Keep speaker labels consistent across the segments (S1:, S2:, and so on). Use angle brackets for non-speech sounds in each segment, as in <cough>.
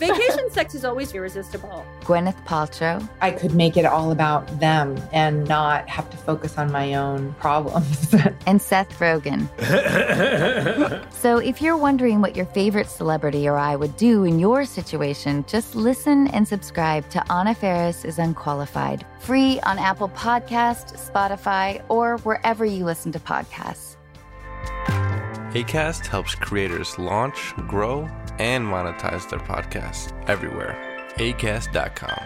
S1: Vacation sex is always irresistible.
S2: Gwyneth Paltrow,
S3: I could make it all about them and not have to focus on my own problems. <laughs>
S2: and Seth Rogen. So, if you're wondering what your favorite celebrity or I would do in your situation, just listen and subscribe to Anna Ferris is Unqualified, free on Apple Podcast, Spotify, or wherever you listen to podcasts.
S4: ACAST helps creators launch, grow, and monetize their podcasts everywhere. ACAST.com.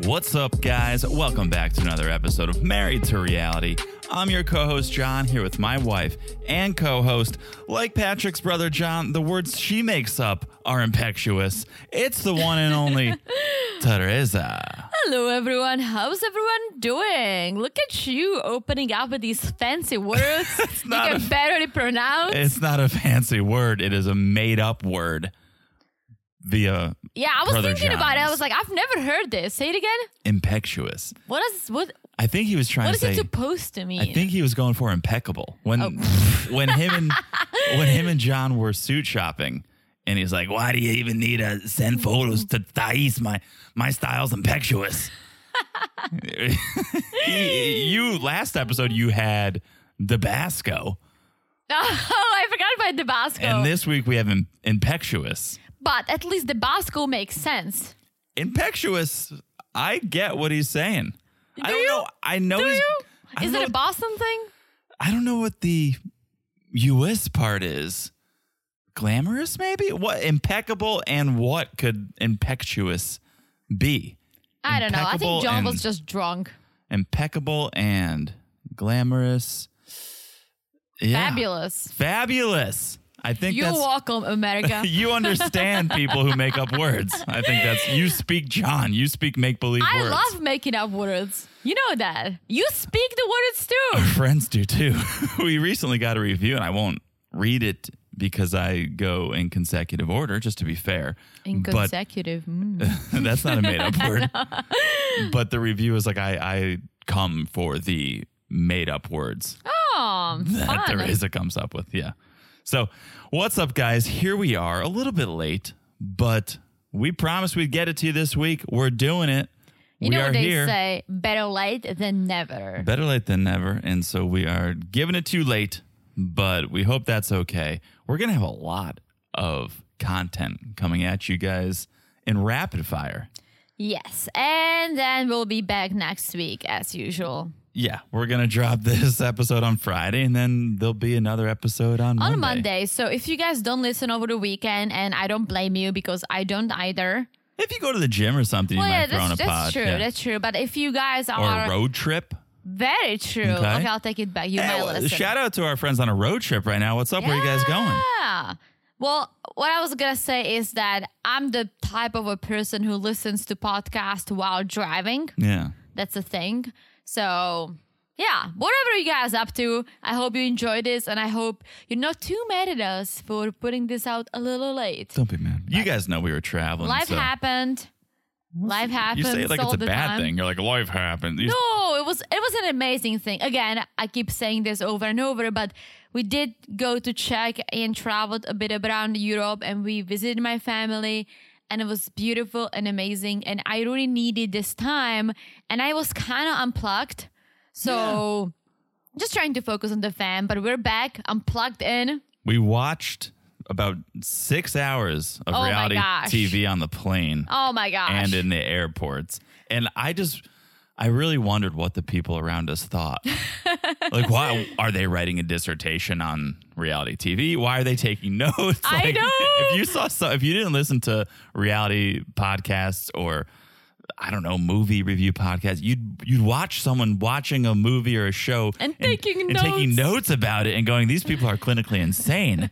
S5: What's up, guys? Welcome back to another episode of Married to Reality. I'm your co host, John, here with my wife and co host. Like Patrick's brother, John, the words she makes up are impetuous. It's the one and only Teresa.
S6: Hello, everyone. How's everyone doing? Look at you opening up with these
S5: <laughs>
S6: fancy words you
S5: not
S6: can
S5: a-
S6: barely pronounce.
S5: It's not a fancy word, it is a made up word via
S6: yeah, I was
S5: Brother
S6: thinking about it. I
S5: John's.
S6: was like, I've never heard this. Say it again.
S5: impetuous.
S6: What is what?
S5: I think he was trying
S6: What
S5: to
S6: is
S5: say.
S6: it supposed to mean?
S5: I think he was going for impeccable when
S6: Oh.
S5: <laughs> when him and when him and John were suit shopping, and he's like, "Why do you even need to send photos to Thais? My my style's
S6: <laughs>
S5: impetuous." you last episode you had Dabasco,
S6: <laughs> oh, I forgot about the Basco.
S5: and this week we have im- impetuous.
S6: but at least the Basco makes sense.
S5: Impetuous. I get what he's saying. I
S6: Do
S5: don't
S6: you?
S5: know. I know.
S6: Do
S5: he's-
S6: you?
S5: I don't
S6: Is
S5: know
S6: it a
S5: what-
S6: Boston thing?
S5: I don't know what the U.S. part is. Glamorous, maybe? What impeccable and what could impetuous be?
S6: I don't know. I
S5: Impeccable
S6: think John
S5: and-
S6: was just drunk.
S5: Impeccable and glamorous. Yeah.
S6: Fabulous.
S5: Fabulous. I think
S6: You're
S5: that's.
S6: welcome, America.
S5: <laughs> You understand people who make up words. I think that's you speak John. You speak make believe
S6: I
S5: words.
S6: love making up words. You know that. You speak the
S5: <laughs>
S6: words too.
S5: Our friends do too. we recently got a review, and I won't read it because I go in consecutive order, just to be fair.
S6: In
S5: But- <laughs>
S6: consecutive. mm.
S5: That's not a made
S6: <laughs>
S5: up word. But the review is like, I, I come for the made up words
S6: Oh,
S5: <laughs> that
S6: fun.
S5: Teresa comes up with. Yeah. So, what's up, guys? Here we are, a little bit late, but we promised we'd get it to you this week. We're doing it.
S6: you
S5: we
S6: know
S5: are
S6: what they
S5: here.
S6: say, better late than never.
S5: Better late than never. And so, we are giving it too late, but we hope that's okay. We're going to have a lot of content coming at you guys in rapid fire.
S6: yes. And then we'll be back next week as usual.
S5: Yeah, we're gonna drop <laughs> this episode on Friday, and then there'll be another episode on Monday.
S6: On Monday. So if you guys don't listen over the weekend, and I don't blame you because I don't either.
S5: If you go to the gym or something,
S6: well,
S5: you
S6: yeah,
S5: might throw in a
S6: that's, that's
S5: pod.
S6: true.
S5: yeah.
S6: That's true. But if you guys
S5: or
S6: are
S5: a road trip.
S6: very true,
S5: Okay.
S6: okay. I'll take it back. You
S5: Hey,
S6: might
S5: well,
S6: listen.
S5: shout out to our friends on a road trip right now. What's up? Where you guys going?
S6: Yeah. Well, what I was gonna say is that I'm the type of a person who listens to podcasts while driving.
S5: Yeah.
S6: That's a thing. So yeah, whatever you guys up to, I hope you enjoy this, and I hope you're not too mad at us for putting this out a little late.
S5: Don't be mad. You guys know we were traveling.
S6: Life
S5: so
S6: happened. Life
S5: You
S6: happens.
S5: say it like
S6: all
S5: it's a
S6: the
S5: bad
S6: time.
S5: thing. You're like life happened. You-
S6: No, it was it was an amazing thing. Again, I keep saying this over and over, but we did go to Czech and traveled a bit around Europe, and we visited my family, and it was beautiful and amazing. And I really needed this time, and I was kind of unplugged, so just trying to focus on the fam. But we're back, I'm plugged in.
S5: We watched about six hours of
S6: Oh my
S5: reality
S6: gosh.
S5: TV on the plane.
S6: Oh my gosh!
S5: and in the airports. And I just, I really wondered what the people around us
S6: <laughs>
S5: thought. like, why are they writing a dissertation on reality TV? Why are they taking <laughs> notes?
S6: I know.
S5: If you saw, so, if you didn't listen to reality podcasts or I don't know, movie review podcast, you'd you'd watch someone watching a movie or a show
S6: And taking
S5: and taking
S6: notes.
S5: notes about it and going, these people are clinically insane.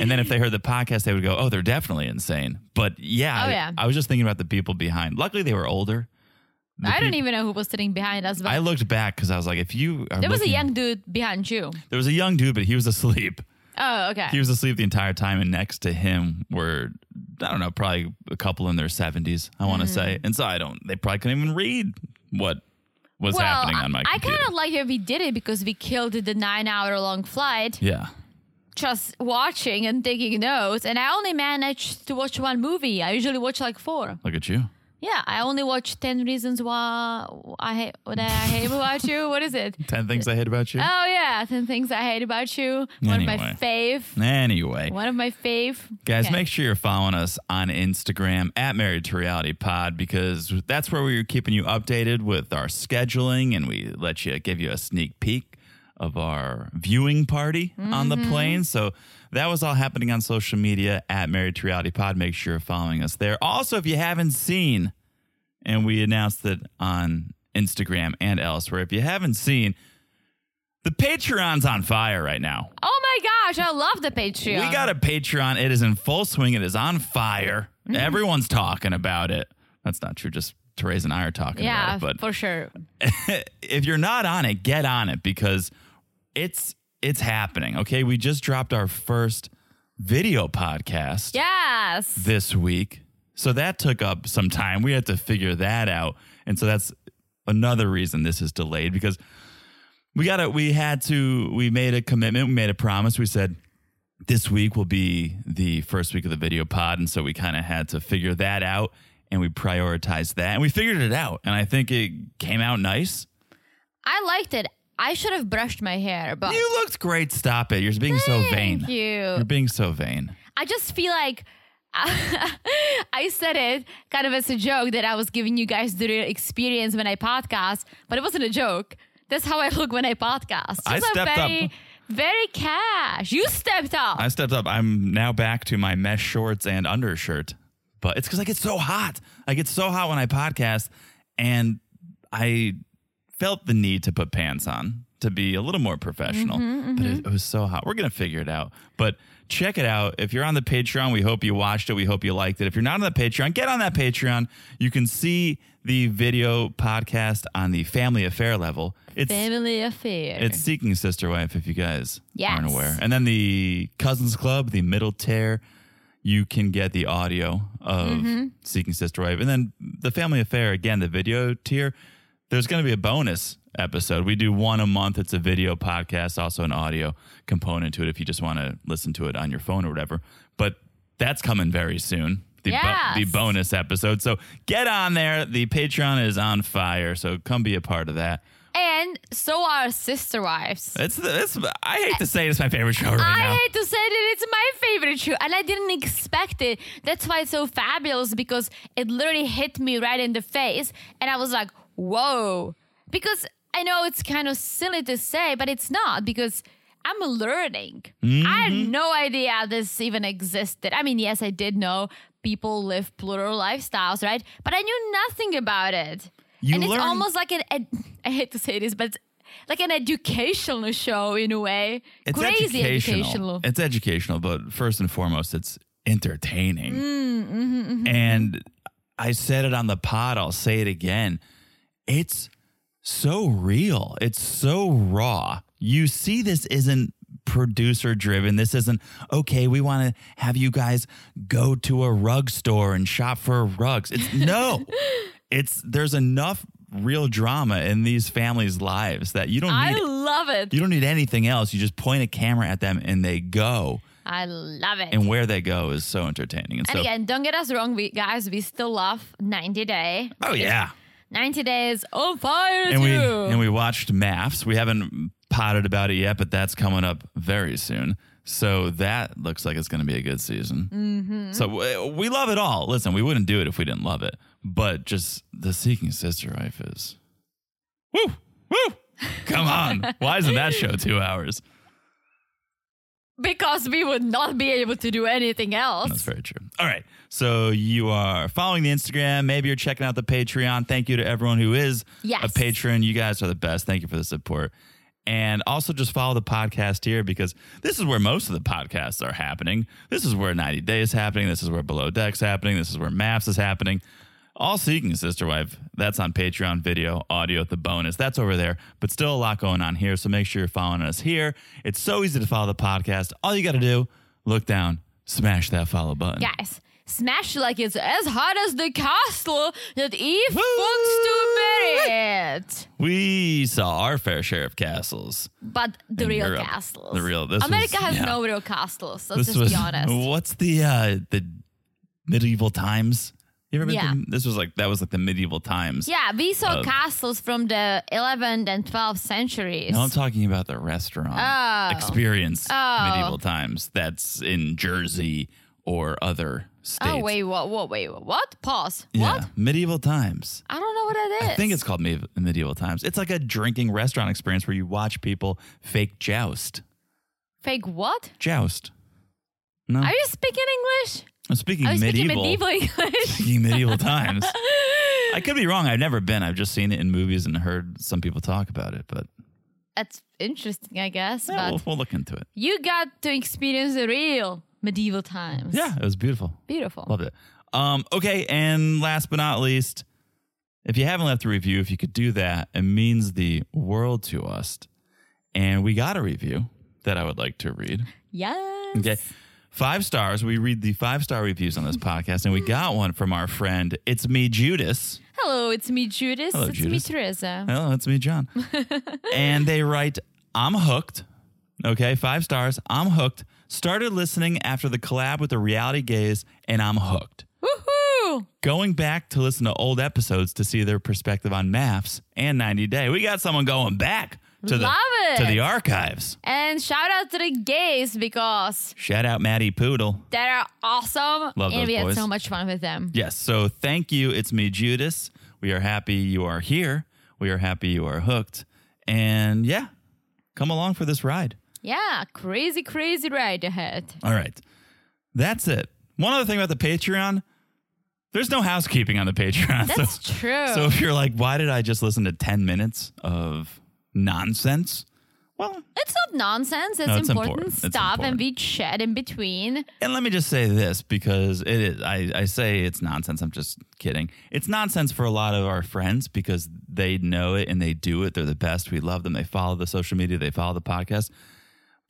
S5: and then if they heard the podcast, they would go, oh, they're definitely insane. But yeah,
S6: Oh, yeah.
S5: I was just thinking about the people behind. Luckily, they were older. The
S6: I don't
S5: peop-
S6: even know who was sitting behind us, but
S5: I looked back because I was like, if you are
S6: there was a
S5: looking-
S6: young dude behind you.
S5: there was a young dude, but he was asleep.
S6: Oh, okay.
S5: He was asleep the entire time, and next to him were I don't know, probably a couple in their seventies. I
S6: Mm-hmm.
S5: want to say, and so I don't. They probably couldn't even read what was
S6: well,
S5: happening on my.
S6: I- I
S5: computer.
S6: kind of like it we did it because we killed the nine-hour-long flight
S5: yeah.
S6: just watching and taking notes, and I only managed to watch one movie. I usually watch like four.
S5: Look at you.
S6: Yeah, I only watched Ten Reasons Why I Hate What I Hate About You. What is it?
S5: <laughs> Ten things I hate about you.
S6: Oh yeah, Ten Things I Hate About You. One of my
S5: Anyway.
S6: fave.
S5: Anyway,
S6: One of my fave.
S5: Guys,
S6: Okay.
S5: make sure you're following us on Instagram at Married to Reality Pod because that's where we're keeping you updated with our scheduling and we let you give you a sneak peek of our viewing party on the plane. So that was all happening on social media at Married to Reality Pod. Make sure you're following us there. Also, if you haven't seen, and we announced it on Instagram and elsewhere, if you haven't seen, the Patreon's on fire right now.
S6: Oh my gosh, I love the Patreon.
S5: We got a Patreon. It is in full swing. It is on fire. Everyone's talking about it. That's not true. Just Therese and I are talking
S6: yeah,
S5: about it. But
S6: for sure.
S5: <laughs> if you're not on it, get on it because it's it's happening. Okay. We just dropped our first video podcast
S6: Yes.
S5: this week. So that took up some time. We had to figure that out. And so that's another reason this is delayed because we got to we had to we made a commitment, we made a promise. We said this week will be the first week of the video pod and so we kind of had to figure that out and we prioritized that and we figured it out and I think it came out nice.
S6: I liked it. I should have brushed my hair, but
S5: You looked great. Stop it. You're being so vain.
S6: thank you.
S5: You're being so vain.
S6: I just feel like <laughs> I said it kind of as a joke that I was giving you guys the real experience when I podcast, but it wasn't a joke. That's how I look when I podcast.
S5: I
S6: Just a
S5: stepped up.
S6: very, Very cash. You stepped up.
S5: I stepped up. I'm now back to my mesh shorts and undershirt, but it's because I get so hot. I get so hot when I podcast, and I felt the need to put pants on to be a little more professional. But it, it was so hot. We're gonna figure it out. But check it out. If you're on the Patreon, we hope you watched it. We hope you liked it. If you're not on the Patreon, get on that Patreon. You can see the video podcast on the family affair level. It's
S6: Family affair.
S5: it's Seeking Sister Wife, if you guys
S6: Yes.
S5: aren't aware. And then the Cousins Club, the Middle Tear, you can get the audio of
S6: Mm-hmm.
S5: Seeking Sister Wife. And then the Family Affair, again, the video tier, there's going to be a bonus episode. We do one a month. It's a video podcast, also an audio component to it if you just want to listen to it on your phone or whatever. But that's coming very soon. The,
S6: Yes.
S5: the bonus episode. So get on there. The Patreon is on fire. So come be a part of that.
S6: and so are sister wives.
S5: It's, the- it's I hate to say it's my favorite show right now.
S6: I hate to say that it's my favorite shoe, and I didn't expect it. That's why it's so fabulous because it literally hit me right in the face, and I was like, "Whoa!" Because I know it's kind of silly to say, but it's not because I'm learning. I
S5: Mm-hmm.
S6: had no idea this even existed. I mean, yes, I did know people live plural lifestyles, right? But I knew nothing about it,
S5: You
S6: and
S5: learn-
S6: it's almost like an. Ed- <laughs> I hate to say this, but. it's Like an educational show in a way
S5: it's
S6: crazy
S5: educational.
S6: educational.
S5: It's educational, but first and foremost, it's entertaining.
S6: Mm, mm-hmm,
S5: And I said it on the pod. I'll say it again. It's so real. It's so raw. You see, this isn't producer driven. This isn't, okay, we want to have you guys go to a rug store and shop for rugs.
S6: <laughs>
S5: It's no, it's there's enough real drama in these families' lives that you don't
S6: I
S5: need
S6: love it.
S5: you don't need anything else. You just point a camera at them and they go.
S6: I love it.
S5: And where they go is so entertaining. And
S6: And
S5: so,
S6: again, don't get us wrong, we guys. We still love 90 Day.
S5: oh yeah.
S6: 90 Days on fire
S5: And we
S6: too.
S5: and we watched Maps. We haven't potted about it yet, but that's coming up very soon. So that looks like it's going to be a good season.
S6: Mm-hmm.
S5: So w- we love it all. Listen, we wouldn't do it if we didn't love it. But just the Seeking Sister Wife is, woo, woo. Come on. Why isn't that show two hours?
S6: because we would not be able to do anything else.
S5: That's very true. All right. So you are following the Instagram. Maybe you're checking out the Patreon. Thank you to everyone who is
S6: Yes.
S5: a patron. You guys are the best. Thank you for the support. And also just follow the podcast here because this is where most of the podcasts are happening. This is where 90 Day is happening. This is where Below Deck's happening. This is where Maps is happening. All Seeking Sister Wife, that's on Patreon video, audio, the bonus. That's over there, but still a lot going on here. So make sure you're following us here. It's so easy to follow the podcast. All you got to do, look down, smash that follow button.
S6: Guys, smash like it's as hard as the castle that Eve
S5: Woo!
S6: wants to bury it.
S5: We saw our fair share of castles.
S6: But the
S5: In
S6: real
S5: Europe,
S6: castles.
S5: the real- this
S6: America
S5: was-
S6: has
S5: yeah.
S6: no real castles. Let's just be honest.
S5: what's the uh the medieval times? You ever been
S6: Yeah.
S5: to- this was like that was like the medieval times.
S6: Yeah, we saw
S5: Uh,
S6: castles from the 11th and 12th centuries.
S5: No, I'm talking about the restaurant
S6: Oh.
S5: Um, experience
S6: Oh.
S5: medieval times. That's in Jersey or other states.
S6: oh wait, what? What? Wait, what? what? Pause.
S5: Yeah,
S6: What?
S5: medieval times.
S6: I don't know what that is.
S5: I think it's called Med- medieval times. It's like a drinking restaurant experience where you watch people fake joust.
S6: fake. What?
S5: Joust. No.
S6: Are you speaking English?
S5: I'm speaking
S6: Are you
S5: medieval.
S6: speaking medieval English?
S5: <laughs> Speaking medieval times. I could be wrong. I've never been. I've just seen it in movies and heard some people talk about it, but
S6: That's interesting, I guess.
S5: yeah,
S6: but
S5: we'll, we'll look into it.
S6: you got to experience the real medieval times.
S5: Yeah, it was beautiful.
S6: beautiful.
S5: Loved it. Um, okay, and last but not least, if you haven't left a review, if you could do that, it means the world to us. And we got a review that I would like to read.
S6: Yes.
S5: Okay. Five stars. We read the five star reviews on this podcast, and we got one from our friend It's Me Judas.
S6: Hello, it's me, Judas.
S5: Hello,
S6: it's
S5: Judas.
S6: me, Teresa.
S5: Hello, it's me,
S6: <laughs>
S5: John. and they write, I'm hooked. Okay, five stars. I'm hooked. Started listening after the collab with the reality gaze, and I'm hooked.
S6: Woohoo!
S5: Going back to listen to old episodes to see their perspective on maps and 90 Day. We got someone going back to the
S6: Love it.
S5: to the archives.
S6: And shout out to the gays because
S5: Shout out Maddie Poodle.
S6: they're awesome.
S5: Love
S6: and
S5: those
S6: we
S5: boys.
S6: had so much fun with them.
S5: Yes. So thank you. It's me, Judas. We are happy you are here. We are happy you are hooked. And yeah, come along for this ride.
S6: Yeah, crazy, crazy ride ahead.
S5: All right. That's it. One other thing about the Patreon there's no housekeeping on the Patreon. <laughs>
S6: That's
S5: so,
S6: true.
S5: So if you're like, why did I just listen to 10 minutes of nonsense? Well,
S6: It's not nonsense. It's,
S5: No, it's
S6: important,
S5: important. It's
S6: stuff,
S5: important.
S6: and we chat in between.
S5: And let me just say this because it is, I, I say it's nonsense. I'm just kidding. It's nonsense for a lot of our friends because they know it and they do it. They're the best. We love them. They follow the social media, they follow the podcast.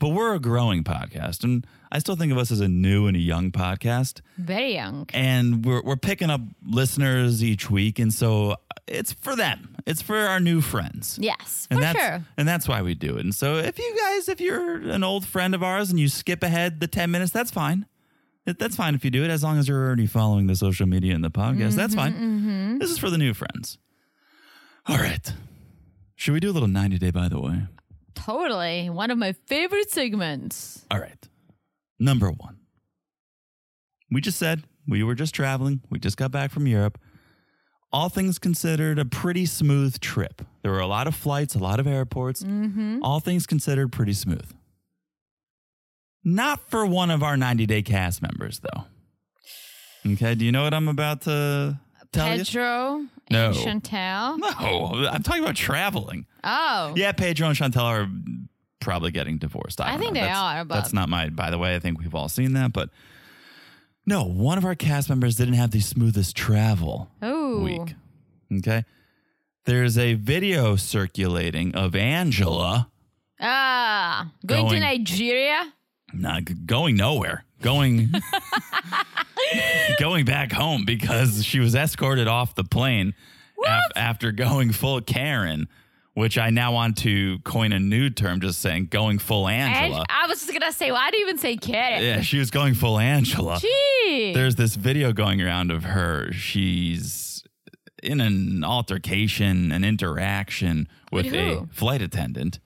S5: But we're a growing podcast. And I still think of us as a new and a young podcast.
S6: Very young.
S5: And we're, we're picking up listeners each week. And so it's for them, it's for our new friends.
S6: Yes,
S5: And
S6: for
S5: that's
S6: sure.
S5: and that's why we do it. And so if you guys, if you're an old friend of ours and you skip ahead the ten minutes, that's fine. That- That's fine if you do it, as long as you're already following the social media and the podcast. that's fine.
S6: Mm-hmm,
S5: This is for the new friends. All right. Should we do a little 90 day, by the way?
S6: Totally. One of my favorite segments.
S5: All right. Number one. We just said we were just traveling. We just got back from Europe. All things considered, a pretty smooth trip. There were a lot of flights, a lot of airports. All things considered, pretty smooth. Not for one of our 90 day cast members, though. Okay, do you know what I'm about to tell
S6: Pedro
S5: No.
S6: and Chantel.
S5: you? No, I'm talking about traveling.
S6: Oh,
S5: Yeah, Pedro and Chantel are probably getting divorced. I,
S6: I
S5: don't
S6: think
S5: know.
S6: they
S5: That's-
S6: are, but-
S5: that's not my. By the way, I think we've all seen that. But no, one of our cast members didn't have the smoothest travel
S6: Ooh.
S5: week. Okay, there's a video circulating of Angela
S6: ah, going,
S5: Going.
S6: to Nigeria.
S5: not g- going nowhere, going <laughs> going back home because she was escorted off the plane af- after going full Karen. Which I now want to coin a new term, just saying going full
S6: And
S5: Angela.
S6: I was just gonna say, why do you even say Karen?
S5: Yeah, she was going full Angela.
S6: Gee.
S5: There's this video going around of her. She's in an altercation, an interaction with
S6: With
S5: a
S6: who?
S5: flight attendant.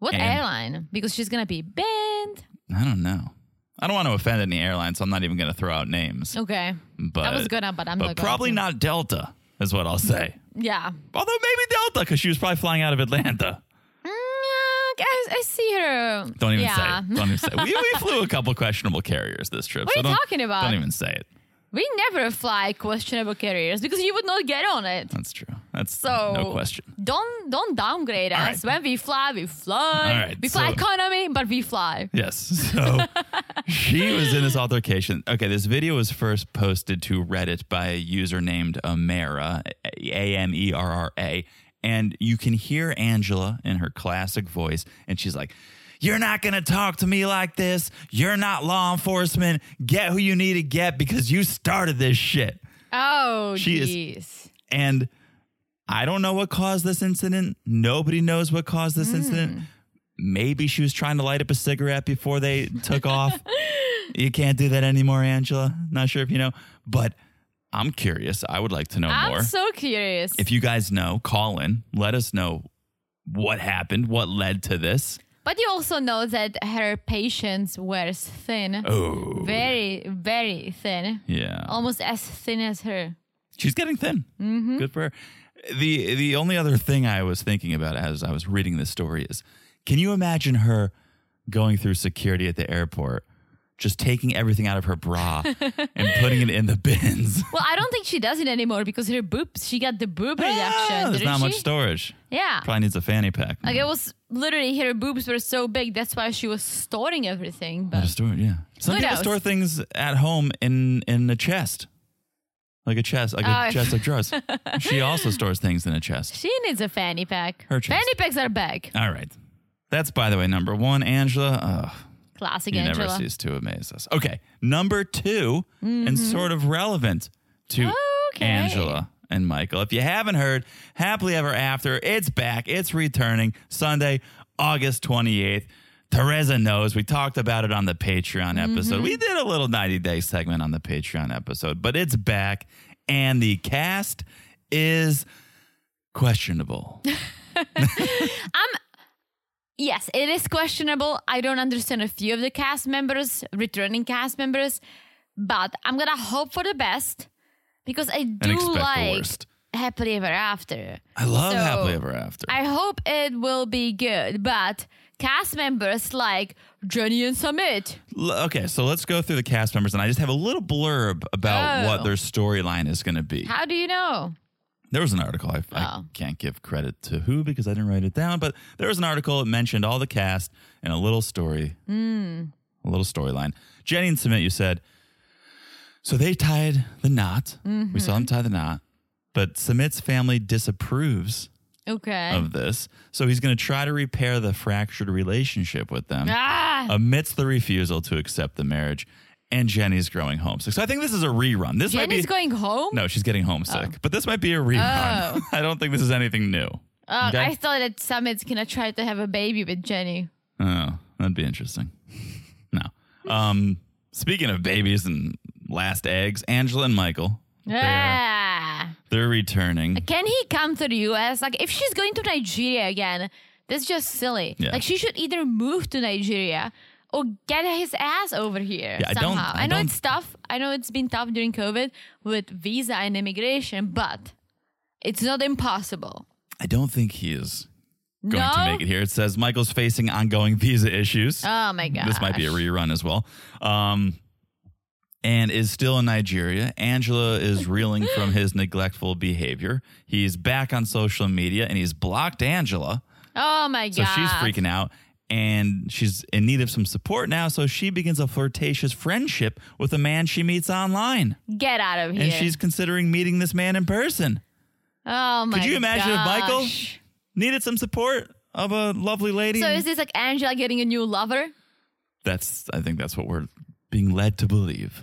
S6: what
S5: and-
S6: airline? Because she's gonna be banned.
S5: I don't know. I don't want to offend any airlines, so I'm not even going to throw out names.
S6: Okay.
S5: But
S6: I was gonna, but I'm not
S5: but
S6: gonna.
S5: probably not Delta is what I'll say.
S6: Yeah.
S5: Although maybe Delta, because she was probably flying out of Atlanta.
S6: Mm, yeah, guys, I see her.
S5: Don't even
S6: yeah.
S5: say. It. Don't even say. It. We,
S6: <laughs>
S5: we flew a couple questionable carriers this trip.
S6: What
S5: so
S6: are you
S5: don't-
S6: talking about?
S5: Don't even say it.
S6: we never fly questionable carriers because you would not get on it.
S5: That's true. That's
S6: So
S5: no question.
S6: Don't don't downgrade
S5: All
S6: us. When we fly, we fly.
S5: All right,
S6: we fly
S5: so-
S6: economy, but we fly.
S5: Yes. So she was in this altercation. Okay, this video was first posted to Reddit by a user named Amera, A M E R R A. And you can hear Angela in her classic voice, and she's like, You're not going to talk to me like this. You're not law enforcement. Get who you need to get because you started this shit.
S6: Oh,
S5: She is-
S6: jeez.
S5: And I don't know what caused this incident. Nobody knows what caused this incident. Maybe she was trying to light up a cigarette before they took off. You can't do that anymore, Angela. Not sure if you know, but I'm curious. I would like to know
S6: I'm
S5: more.
S6: so curious.
S5: if you guys know, call in. Let us know what happened, what led to this.
S6: but you also know that her patients were thin.
S5: Oh,
S6: Very, very thin.
S5: yeah.
S6: Almost as thin as her.
S5: She's getting thin.
S6: Mm-hmm.
S5: Good for her. The the only other thing I was thinking about as I was reading this story is, can you imagine her going through security at the airport, just taking everything out of her bra
S6: <laughs>
S5: and putting it in the bins?
S6: Well, I don't think she does it anymore because her boobs, she got the boob
S5: Ah,
S6: reduction.
S5: There's
S6: didn't
S5: not
S6: she?
S5: much storage.
S6: Yeah.
S5: Probably needs a fanny pack.
S6: Like it was literally her boobs were so big. That's why she was storing everything.
S5: Not a
S6: But
S5: store, yeah. Some
S6: Who
S5: people
S6: knows?
S5: store things at home in in a chest, like a chest, like a
S6: Oh.
S5: chest like
S6: <laughs>
S5: drawers. she also stores things in a chest.
S6: she needs a fanny pack.
S5: Her chest.
S6: fanny packs are back.
S5: All right. That's by the way number one, Angela. Ugh.
S6: Classic
S5: He
S6: Angela.
S5: never ceases to amaze us. Okay, number 2 and sort of relevant to
S6: Mm-hmm. Okay.
S5: Angela and Michael. If you haven't heard, Happily Ever After, it's back. It's returning Sunday, August 28th. Teresa knows. We talked about it on the Patreon episode.
S6: Mm-hmm.
S5: We did a little 90 day segment on the Patreon episode, but it's back. And the cast is questionable.
S6: Yes, it is questionable. I don't understand a few of the cast members, returning cast members, but I'm gonna hope for the best because I do
S5: expect the
S6: like
S5: worst.
S6: Happily Ever After.
S5: I love
S6: <laughs> So,
S5: Happily Ever After.
S6: I hope it will be good, but cast members like Jenny and Summit.
S5: L- Okay, so let's go through the cast members, and I just have a little blurb about
S6: Oh.
S5: what their storyline is going to be.
S6: How do you know?
S5: There was an article. I, I
S6: Oh.
S5: can't give credit to who because I didn't write it down, but there was an article that mentioned all the cast and a little story,
S6: Hmm.
S5: a little storyline. Jenny and Submit, you said. So they tied the knot. We saw
S6: Mm-hmm.
S5: them tie the knot, but Submit's family disapproves
S6: Okay.
S5: of this, so he's going to try to repair the fractured relationship with them
S6: ah,
S5: amidst the refusal to accept the marriage, and Jenny's growing homesick. So I think this is a rerun. This might be
S6: Jenny's going home.
S5: no, she's getting homesick, but this might be a rerun.
S6: Oh.
S5: <laughs> I don't think this is anything new.
S6: Uh,
S5: Okay.
S6: I thought that Summit's gonna try to have a baby with Jenny.
S5: Oh, that'd be interesting. no. Um, speaking of babies and last eggs, Angela and Michael. They're,
S6: Ah.
S5: they're returning.
S6: Can he come to the US? Like, if she's going to Nigeria again, that's just silly.
S5: Yeah.
S6: Like, she should either move to Nigeria or get his ass over here
S5: Yeah, I
S6: somehow.
S5: don't- I
S6: know
S5: don't-
S6: it's tough. I know it's been tough during COVID with visa and immigration, but it's not impossible.
S5: I don't think he is going to
S6: No?
S5: make it here. It says Michael's facing ongoing visa issues.
S6: Oh my god.
S5: This might be a rerun as well. Um, and is still in Nigeria. Angela
S6: <laughs>
S5: is reeling from his neglectful behavior. He's back on social media and he's blocked Angela.
S6: Oh my
S5: So
S6: god.
S5: she's freaking out and she's in need of some support now. So she begins a flirtatious friendship with a man she meets online.
S6: Get out of here.
S5: And she's considering meeting this man in person.
S6: Oh my
S5: Could you imagine if Michael
S6: gosh.
S5: needed some support of a lovely lady?
S6: So is this like Angela getting a new lover?
S5: that's, I think that's what we're being led to believe.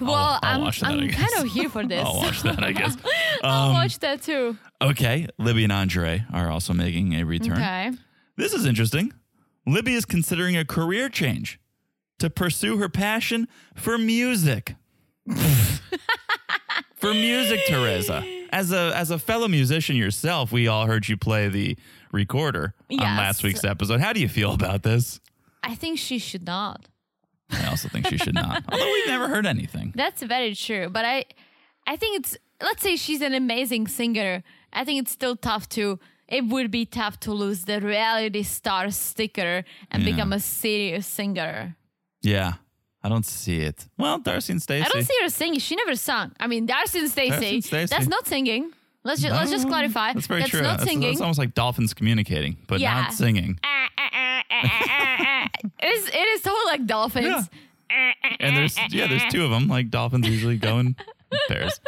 S6: Well,
S5: I'll
S6: am
S5: watch that, I
S6: I'm
S5: guess.
S6: kind of
S5: <laughs>
S6: here for this.
S5: I'll um, watch that, I guess.
S6: <laughs> I'll watch that too.
S5: Okay, Libby and Andre are also making a return.
S6: Okay.
S5: This is interesting. Libby is considering a career change to pursue her passion for music. <laughs> for music, Teresa. As a as a fellow musician yourself, we all heard you play the recorder on
S6: Yes.
S5: last week's episode. How do you feel about this?
S6: I think she should not.
S5: I also think she should
S6: <laughs>
S5: not. Although we never heard anything.
S6: That's very true. But I, I think it's let's say she's an amazing singer. I think it's still tough to it would be tough to lose the reality star sticker and
S5: Yeah.
S6: become a serious singer.
S5: Yeah. I don't see it. Well, Darcy and Stacy.
S6: I don't see her singing. She never sung. I mean, Darcy and
S5: Darcy
S6: Stacy.
S5: and Stacey.
S6: That's not singing. Let's just let's just
S5: No,
S6: clarify.
S5: That's very true.
S6: not
S5: that's,
S6: singing.
S5: that's almost like dolphins communicating, but
S6: Yeah.
S5: not singing.
S6: Ah, ah, ah, ah, ah, ah. it is it is totally like dolphins.
S5: Yeah. And there's yeah, there's two of them. Like dolphins usually go
S6: <laughs>
S5: in pairs.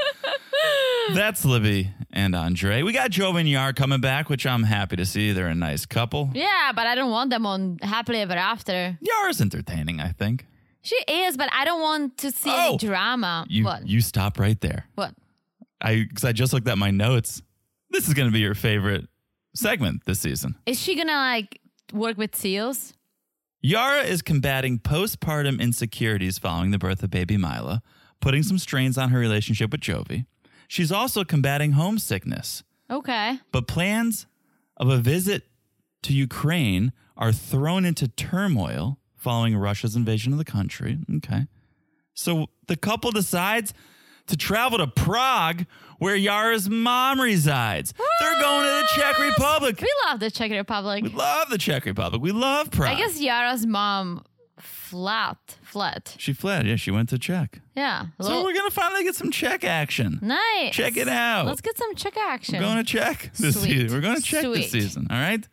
S5: That's Libby and Andre. We got Joven Yar coming back, which I'm happy to see. They're a nice couple.
S6: Yeah, but I don't want them on Happily Ever After.
S5: Yar is entertaining, I think.
S6: She is, but I don't want to see
S5: Oh!
S6: any drama.
S5: You
S6: what?
S5: you stop right there.
S6: what?
S5: I because I just looked at my notes. This is going to be your favorite segment this season.
S6: Is she gonna like work with seals?
S5: Yara is combating postpartum insecurities following the birth of baby Mila, putting some strains on her relationship with Jovi. She's also combating homesickness,
S6: Okay.
S5: but plans of a visit to Ukraine are thrown into turmoil following Russia's invasion of the country. Okay. So the couple decides to travel to Prague, where Yara's mom resides. They're going to the Czech Republic.
S6: We love the Czech Republic.
S5: We love the Czech Republic. We love Prague.
S6: I guess Yara's mom flat flat.
S5: She fled. Yeah, she went to Czech.
S6: Yeah.
S5: So we're gonna finally get some Czech action.
S6: nice.
S5: Check it out.
S6: Let's get some check action.
S5: We're going to Czech this
S6: Sweet.
S5: season. We're going to Czech this
S6: Sweet.
S5: season. All right.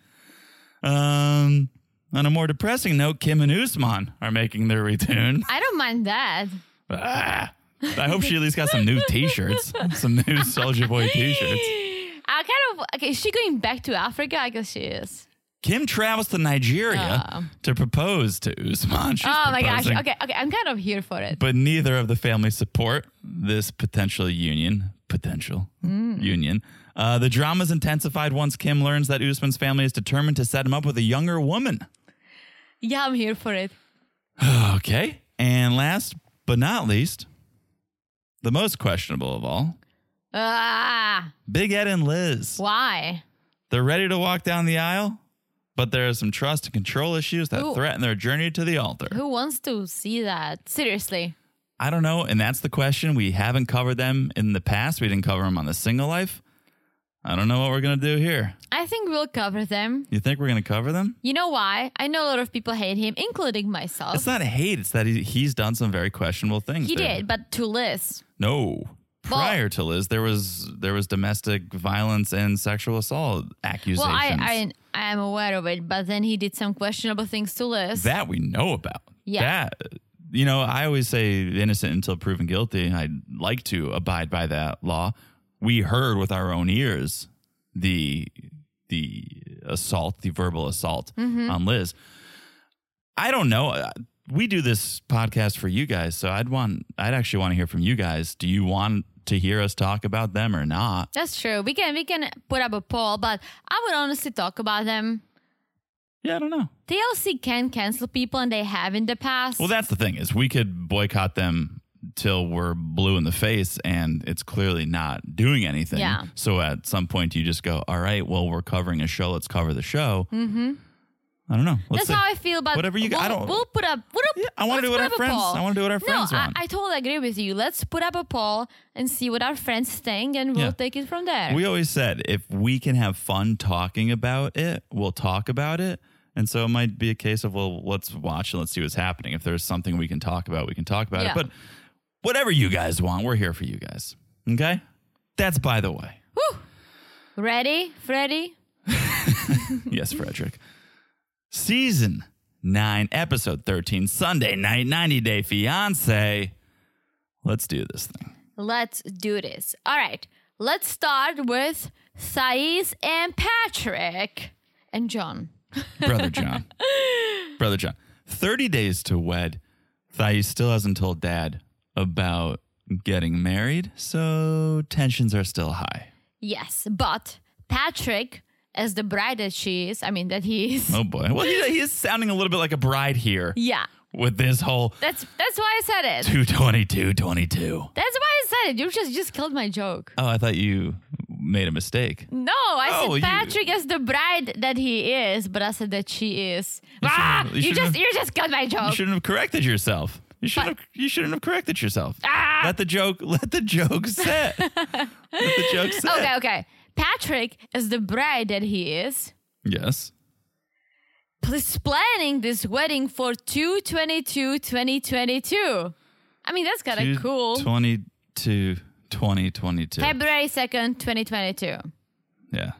S5: Um. On a more depressing note, Kim and Usman are making their return. <laughs>
S6: I don't mind that.
S5: Ah. I hope she at least got some new T-shirts, some new Soldier Boy T-shirts.
S6: I kind of okay. Is she going back to Africa? I guess she is.
S5: Kim travels to Nigeria
S6: Oh.
S5: to propose to Usman. She's
S6: oh my gosh.
S5: proposing.
S6: Okay. Okay. I'm kind of here for it.
S5: But neither of the families support this potential union. Potential
S6: Mm.
S5: union. Uh, the drama's intensified once Kim learns that Usman's family is determined to set him up with a younger woman.
S6: Yeah, I'm here for it.
S5: Okay. And last but not least, the most questionable of all,
S6: Ah,
S5: Big Ed and Liz.
S6: why?
S5: They're ready to walk down the aisle, but there are some trust and control issues that
S6: Who-
S5: threaten their journey to the altar.
S6: Who wants to see that? Seriously.
S5: I don't know, and that's the question. We haven't covered them in the past. We didn't cover them on the single life. I don't know what we're gonna do here.
S6: I think we'll cover them.
S5: You think we're gonna cover them?
S6: You know why? I know a lot of people hate him, including myself.
S5: It's not hate. It's that he, he's done some very questionable things.
S6: he
S5: there.
S6: did, but to Liz.
S5: No.
S6: Well-
S5: Prior to Liz, there was there was domestic violence and sexual assault accusations.
S6: Well, I, I I am aware of it, but then he did some questionable things to Liz.
S5: that we know about.
S6: Yeah.
S5: That you know, I always say innocent until proven guilty. I'd like to abide by that law. We heard with our own ears the the assault, the verbal assault
S6: Mm-hmm.
S5: on Liz. I don't know. Uh, We do this podcast for you guys, so I'd want I'd actually want to hear from you guys. Do you want to hear us talk about them or not?
S6: That's true. We can we can put up a poll, but I would honestly talk about them.
S5: Yeah, I don't know.
S6: TLC can cancel people, and they have in the past.
S5: Well, that's the thing is we could boycott them till we're blue in the face and it's clearly not doing anything.
S6: Yeah.
S5: So at some point you just go, all right, well, we're covering a show. Let's cover the show. Mm-hmm. I don't know. Let's
S6: that's
S5: see.
S6: how I feel about
S5: Whatever you-
S6: We'll,
S5: I don't-
S6: we'll put up. We'll up
S5: Yeah, I wanna
S6: let's
S5: do what
S6: put
S5: our
S6: up a
S5: friends-
S6: poll.
S5: I wanna do what our friends
S6: no,
S5: want.
S6: I, I totally agree with you. Let's put up a poll and see what our friends think, and we'll
S5: Yeah.
S6: take it from there.
S5: We always said if we can have fun talking about it, we'll talk about it. And so it might be a case of, well, let's watch and let's see what's happening. If there's something we can talk about, we can talk about
S6: Yeah.
S5: it. But whatever you guys want, we're here for you guys. Okay? That's by the way.
S6: Ready, Freddy?
S5: yes, Frederick. Season 9, episode 13, Sunday night, 90 Day Fiance. Let's do this thing.
S6: Let's do this. All right. Let's start with Thais and Patrick and John.
S5: Brother John. Brother John. 30 days to wed. Thais still hasn't told dad about getting married, so tensions are still high.
S6: Yes, but Patrick, as the bride that she is, I mean, that he is.
S5: Oh boy. Well, he, he is sounding a little bit like a bride here
S6: <laughs> Yeah.
S5: with this whole
S6: That's that's why I said it.
S5: 222 22.
S6: That's why I said it. You just just killed my joke.
S5: Oh, I thought you made a mistake.
S6: No, I
S5: Oh, you-
S6: said Patrick as the bride that he is, but I said that she is. You,
S5: shouldn't
S6: ah,
S5: have- you
S6: you,
S5: shouldn't
S6: just
S5: have-
S6: you just killed my
S5: You
S6: joke.
S5: shouldn't have corrected yourself. You shouldn't have, you shouldn't have corrected yourself.
S6: Ah!
S5: Let the joke let the joke set. let the joke set.
S6: Okay, okay. Patrick, as the bride that he is,
S5: Yes.
S6: is planning this wedding for 222 2022. I mean, that's kind of cool.
S5: 22, 2022.
S6: February 2nd, 2022.
S5: yeah.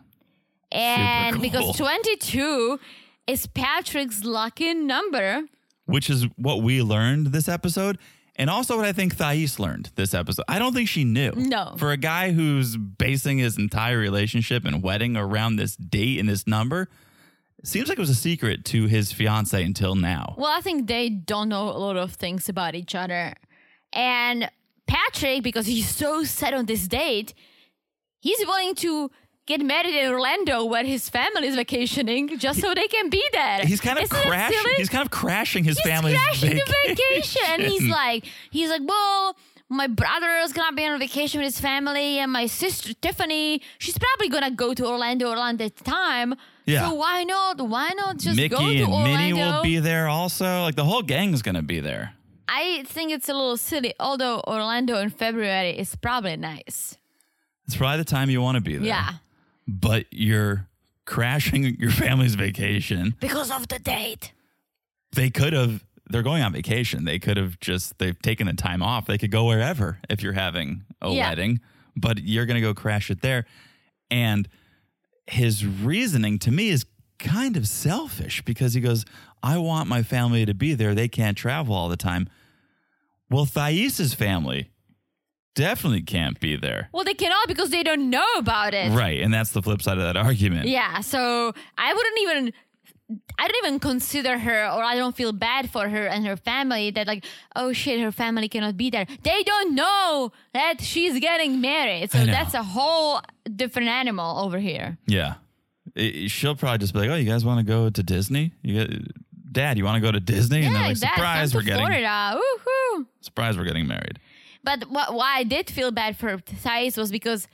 S6: And
S5: cool.
S6: because 22 is Patrick's lucky number.
S5: Which is what we learned this episode. And also what I think Thais learned this episode. I don't think she knew.
S6: No.
S5: For a guy who's basing his entire relationship and wedding around this date and this number, seems like it was a secret to his fiance until now.
S6: Well, I think they don't know a lot of things about each other. And Patrick, because he's so set on this date, he's willing to get married in Orlando where his family's vacationing just so they can be there.
S5: <laughs> He's kind of
S6: Isn't that
S5: crashing.
S6: silly?
S5: He's kind of crashing his
S6: he's
S5: family's
S6: crashing
S5: vacation.
S6: the vacation. And
S5: <laughs>
S6: he's like, he's like, well, my brother is gonna be on vacation with his family, and my sister Tiffany, she's probably gonna go to Orlando around that time.
S5: Yeah.
S6: So why not? Why not just
S5: Mickey
S6: go to
S5: and
S6: Orlando?
S5: Minnie will be there also. Like the whole gang's gonna be there.
S6: I think it's a little silly. Although Orlando in February is probably nice.
S5: It's probably the time you want to be there.
S6: Yeah.
S5: But you're crashing your family's vacation.
S6: Because of the date.
S5: They could have. They're going on vacation. They could have just. They've taken the time off. They could go wherever if you're having a
S6: Yeah.
S5: wedding. But you're gonna go crash it there. And his reasoning to me is kind of selfish because he goes, I want my family to be there. They can't travel all the time. Well, Thais's family definitely can't be there.
S6: Well, they cannot because they don't know about it.
S5: Right. And that's the flip side of that argument.
S6: Yeah. So I wouldn't even. I don't even consider her, or I don't feel bad for her and her family. That like, oh shit, her family cannot be there. They don't know that she's getting married, so
S5: know.
S6: that's a whole different animal over here.
S5: Yeah. I- she'll probably just be like, oh, you guys want to go to Disney? You got, Dad, you want to go to Disney? and they're like,
S6: exactly.
S5: surprise,
S6: Come
S5: we're
S6: to
S5: getting
S6: Florida. Woohoo!
S5: surprise, we're getting married.
S6: But what, why I did feel bad for Thais was because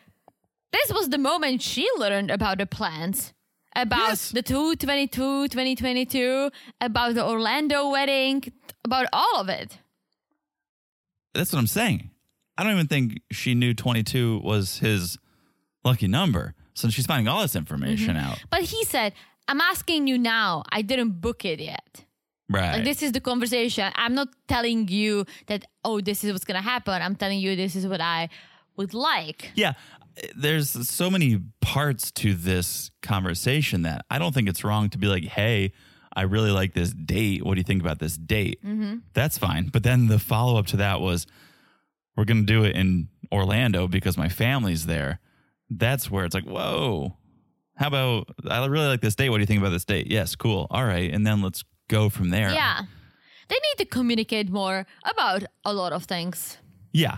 S6: this was the moment she learned about the plans. About
S5: Yes.
S6: the 222, 2022, about the Orlando wedding, about all of it.
S5: That's what I'm saying. I don't even think she knew 22 was his lucky number. So she's finding all this information out.
S6: But he said, I'm asking you now. I didn't book it yet.
S5: Right.
S6: Like, this is the conversation. I'm not telling you that, oh, this is what's going to happen. I'm telling you this is what I would like.
S5: yeah. There's so many parts to this conversation that I don't think it's wrong to be like, hey, I really like this date. What do you think about this date? That's fine. But then the follow up to that was, we're going to do it in Orlando because my family's there. That's where it's like, whoa, how about, I really like this date. What do you think about this date? Yes, cool. All right. And then let's go from there.
S6: Yeah. They need to communicate more about a lot of things.
S5: Yeah.